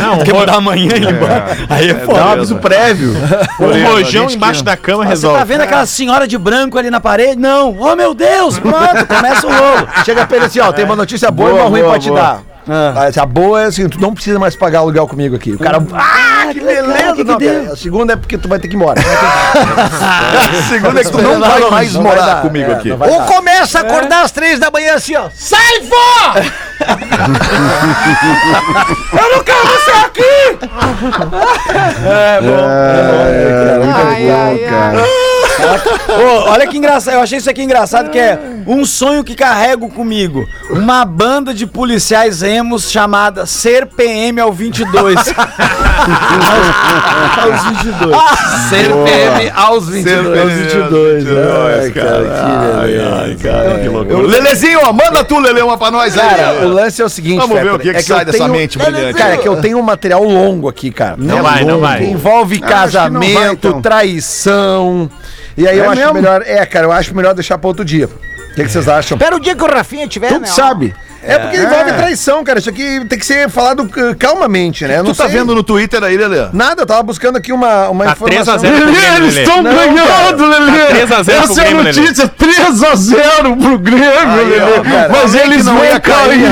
[SPEAKER 5] Não,
[SPEAKER 3] Quer mandar amanhã e ir embora. Aí é foda.
[SPEAKER 11] Dá um aviso prévio.
[SPEAKER 5] um rojão embaixo da cama
[SPEAKER 3] Você tá
[SPEAKER 5] resolve.
[SPEAKER 3] vendo aquela senhora de branco ali na parede? Não. Oh, meu Deus. Pronto, começa o rolo.
[SPEAKER 4] Chega pra ele assim, ó, tem uma notícia boa, e
[SPEAKER 11] Boa,
[SPEAKER 4] uma ruim
[SPEAKER 11] boa,
[SPEAKER 4] pra te
[SPEAKER 11] boa.
[SPEAKER 4] dar. Ah, A boa é assim, tu não precisa mais pagar aluguel comigo aqui. O cara,
[SPEAKER 3] Uhum.
[SPEAKER 4] ah, que beleza!
[SPEAKER 3] que
[SPEAKER 4] Não,
[SPEAKER 3] deu?
[SPEAKER 4] cara, a segunda é porque tu vai ter que ir embora.
[SPEAKER 2] A segunda é que tu não vai mais
[SPEAKER 4] Não vai
[SPEAKER 2] morar
[SPEAKER 4] dar,
[SPEAKER 2] comigo
[SPEAKER 4] é,
[SPEAKER 2] aqui.
[SPEAKER 4] não vai
[SPEAKER 6] Ou
[SPEAKER 4] dar.
[SPEAKER 6] começa a
[SPEAKER 3] É.
[SPEAKER 6] acordar às três da manhã assim, ó.
[SPEAKER 4] É,
[SPEAKER 12] Ai, ai, ai.
[SPEAKER 3] Ô, olha que engraçado, eu achei isso aqui engraçado, que é um sonho que carrego comigo. Uma banda de policiais emos chamada Ser PM ao 22.
[SPEAKER 4] Ser PM aos
[SPEAKER 3] É
[SPEAKER 2] 22, ai, cara, que cara, que loucura. Lelezinho, ó, manda tu, Lele, uma pra nós aí.
[SPEAKER 4] Cara, o lance é o seguinte,
[SPEAKER 2] Vamos ver
[SPEAKER 4] Fetter,
[SPEAKER 2] o que que
[SPEAKER 4] eu
[SPEAKER 2] sai dessa mente brilhante.
[SPEAKER 4] Cara, é que eu tenho um material longo aqui, cara. Né?
[SPEAKER 5] Não vai, não vai.
[SPEAKER 4] Envolve
[SPEAKER 11] não vai,
[SPEAKER 4] casamento,
[SPEAKER 11] então.
[SPEAKER 4] traição. E aí eu acho
[SPEAKER 11] mesmo?
[SPEAKER 4] melhor. É, cara, eu acho melhor deixar pra outro dia. O que, que vocês acham?
[SPEAKER 6] Espera o dia que o Rafinha tiver,
[SPEAKER 11] Tu que
[SPEAKER 6] né?
[SPEAKER 11] sabe.
[SPEAKER 4] É porque envolve traição, cara. Isso aqui tem que ser falado uh, calmamente, né? Eu
[SPEAKER 2] Tu
[SPEAKER 4] não
[SPEAKER 2] tá
[SPEAKER 4] sei
[SPEAKER 2] vendo no Twitter aí, Lele?
[SPEAKER 4] Nada, eu tava buscando aqui uma, uma
[SPEAKER 5] Tá 3x0 pro Grêmio, Lelê.
[SPEAKER 4] Não, cara.
[SPEAKER 11] Lelê! é
[SPEAKER 5] Tá 3x0 pro Grêmio, Lelê.
[SPEAKER 11] 3x0 pro Grêmio,
[SPEAKER 4] Aí, ó, cara.
[SPEAKER 11] eles
[SPEAKER 2] não ia cair,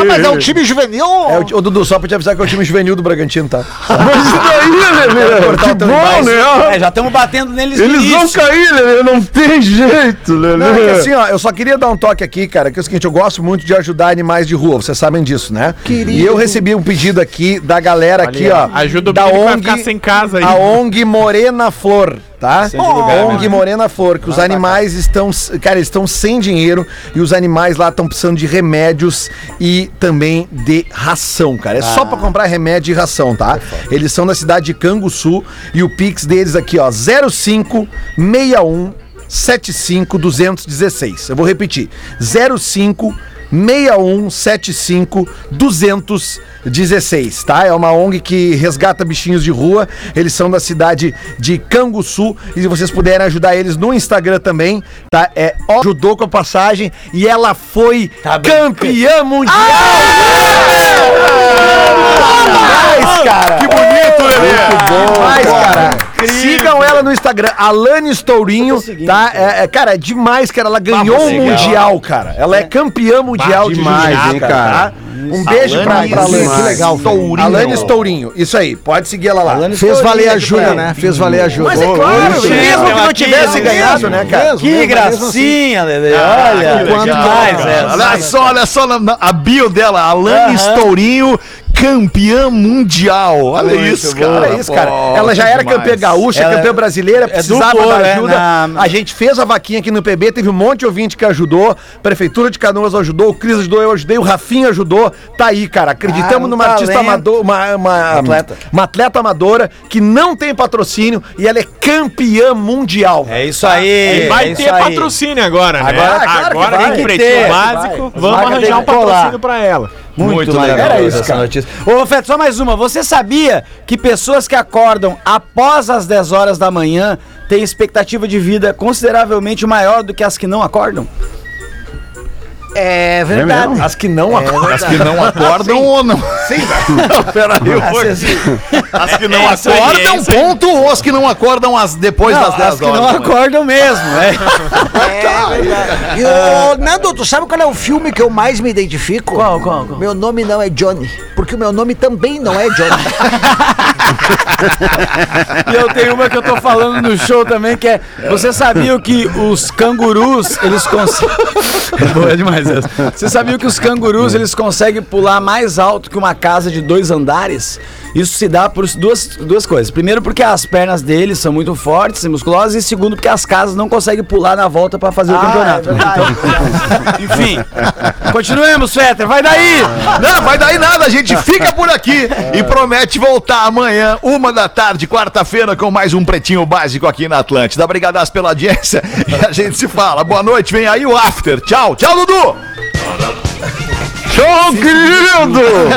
[SPEAKER 6] Ah, mas é um time juvenil.
[SPEAKER 4] É, o, ti- ô, Dudu, só pra te avisar que é o time juvenil do Bragantino, tá?
[SPEAKER 11] Mas e daí, Lelê? né?
[SPEAKER 4] cortar o teu embaixo.
[SPEAKER 2] né?
[SPEAKER 3] É, já estamos batendo neles no
[SPEAKER 11] Eles vão
[SPEAKER 3] início.
[SPEAKER 11] cair, Lelê, não tem jeito,
[SPEAKER 4] Não, é que assim,
[SPEAKER 11] Lelê.
[SPEAKER 4] ó, eu só queria dar um toque aqui, cara, que é o seguinte, eu gosto muito de ajudar animais de rua, vocês sabem disso, né? E eu recebi um pedido aqui da galera aqui, ó.
[SPEAKER 5] Ajuda o
[SPEAKER 4] da
[SPEAKER 5] menino que vai
[SPEAKER 4] ONG,
[SPEAKER 5] ficar sem casa aí.
[SPEAKER 4] A ONG Morena Flor, tá?
[SPEAKER 5] lugar,
[SPEAKER 4] ONG Morena Flor, que os animais estão, cara, eles estão sem dinheiro e os animais lá estão precisando de remédios e também de ração, cara. É só pra comprar remédio e ração, tá? Eles são da cidade de Canguçu e o Pix deles aqui, ó, 0561 75216. Eu vou repetir. 05 6175 216, tá? É uma ONG que resgata bichinhos de rua. Eles são da cidade de Canguçu e se vocês puderem ajudar eles no Instagram também, tá? É ó, ajudou com a passagem e ela foi
[SPEAKER 3] Tá bem. Ah,
[SPEAKER 4] campeã mundial.
[SPEAKER 3] é!
[SPEAKER 4] Parabéns, cara.
[SPEAKER 2] Que bonito, né? Lele!
[SPEAKER 4] Demais, cara. Sigam ela no Instagram, Alane Estourinho,
[SPEAKER 3] conseguindo,
[SPEAKER 4] tá? É, é, cara, é demais, cara. Ela ganhou o Mundial, cara. Ela é campeã mundial de
[SPEAKER 11] demais,
[SPEAKER 4] demais,
[SPEAKER 11] hein,
[SPEAKER 4] cara.
[SPEAKER 11] cara.
[SPEAKER 4] tá? Um beijo pra, pra Alane.
[SPEAKER 11] demais.
[SPEAKER 4] Que legal, filho.
[SPEAKER 2] Estourinho.
[SPEAKER 4] Alane Estourinho. Isso aí, pode seguir ela lá.
[SPEAKER 6] Fez valer a
[SPEAKER 4] aqui pra
[SPEAKER 6] Júlia,
[SPEAKER 4] ela.
[SPEAKER 6] né? Fez valer a Júlia.
[SPEAKER 4] Mas é claro,
[SPEAKER 5] Hoje,
[SPEAKER 4] mesmo que
[SPEAKER 5] ela
[SPEAKER 4] não tivesse
[SPEAKER 5] quis,
[SPEAKER 4] ganhado, né, cara?
[SPEAKER 3] Que gracinha, Lele. Olha,
[SPEAKER 2] Ah, que
[SPEAKER 3] quanto
[SPEAKER 2] legal,
[SPEAKER 3] mais né? é.
[SPEAKER 2] cara.
[SPEAKER 3] essa.
[SPEAKER 2] Olha só, olha só na- na- a bio dela, Alane Estourinho, campeã mundial. Olha isso, cara.
[SPEAKER 4] Olha isso, cara.
[SPEAKER 2] Pô,
[SPEAKER 4] ela já era
[SPEAKER 2] demais.
[SPEAKER 4] campeã gaúcha,
[SPEAKER 3] Ela-
[SPEAKER 4] campeã brasileira, precisava
[SPEAKER 3] duplo,
[SPEAKER 4] da
[SPEAKER 3] né?
[SPEAKER 4] ajuda.
[SPEAKER 3] Na-
[SPEAKER 4] A gente fez a vaquinha aqui no PB, teve um monte de ouvinte que ajudou. Prefeitura de Canoas ajudou, o Cris ajudou, eu ajudei, o Rafinha ajudou. Tá aí, cara. Acreditamos
[SPEAKER 3] Ah, um
[SPEAKER 4] numa artista
[SPEAKER 3] talento. Um
[SPEAKER 4] amadora, uma, uma-
[SPEAKER 3] Atleta.
[SPEAKER 4] uma atleta amadora que não tem patrocínio e ela é campeã mundial.
[SPEAKER 3] É isso aí.
[SPEAKER 5] E
[SPEAKER 3] é
[SPEAKER 5] vai
[SPEAKER 3] isso
[SPEAKER 5] ter
[SPEAKER 3] aí.
[SPEAKER 5] patrocínio agora, né?
[SPEAKER 4] Agora- claro que
[SPEAKER 5] agora
[SPEAKER 4] vai.
[SPEAKER 5] tem
[SPEAKER 4] Tem que
[SPEAKER 5] pretinho
[SPEAKER 3] ter, vai.
[SPEAKER 5] básico. Vamos
[SPEAKER 3] Vaga tem
[SPEAKER 5] arranjar um
[SPEAKER 3] que colar.
[SPEAKER 5] patrocínio pra ela.
[SPEAKER 3] Muito, legal
[SPEAKER 4] Era isso,
[SPEAKER 3] essa
[SPEAKER 4] cara.
[SPEAKER 3] notícia. Ô, Feto, só mais uma. Você sabia que pessoas que acordam após as 10 horas da manhã têm expectativa de vida consideravelmente maior do que as que não acordam?
[SPEAKER 6] É verdade.
[SPEAKER 4] As que não acordam.
[SPEAKER 2] As que não acordam ou não? Sim, Peraí, eu vou- As que não
[SPEAKER 5] Essa aí,
[SPEAKER 2] acordam,
[SPEAKER 5] essa
[SPEAKER 2] ponto, ou as que não acordam as, depois das 10
[SPEAKER 3] as que
[SPEAKER 2] horas?
[SPEAKER 3] não
[SPEAKER 2] da manhã?
[SPEAKER 3] acordam mesmo, é.
[SPEAKER 6] É verdade. E o Nando, tu sabe qual é o filme que eu mais me identifico? Qual, qual, qual? Meu nome não é Johnny. Porque o meu nome também não é Johnny.
[SPEAKER 3] E eu tenho uma que eu tô falando no show também, que é. Você sabia que os cangurus, eles conseguem. Boa demais essa. Você sabia que os cangurus, eles conseguem pular mais alto que uma casa de dois andares? Isso se dá por duas, duas coisas. Primeiro, porque as pernas deles são muito fortes e musculosas. E segundo, porque as casas não conseguem pular na volta pra fazer o campeonato. Então, enfim. Continuemos, Fetter. Vai daí!
[SPEAKER 2] Não, vai daí nada, a gente fica por aqui e promete voltar amanhã, uma da tarde, quarta-feira, com mais um Pretinho Básico aqui na Atlântida. Obrigadas pela audiência e a gente se fala. Boa noite, vem aí o After. Tchau, tchau, Dudu! Tchau, querido!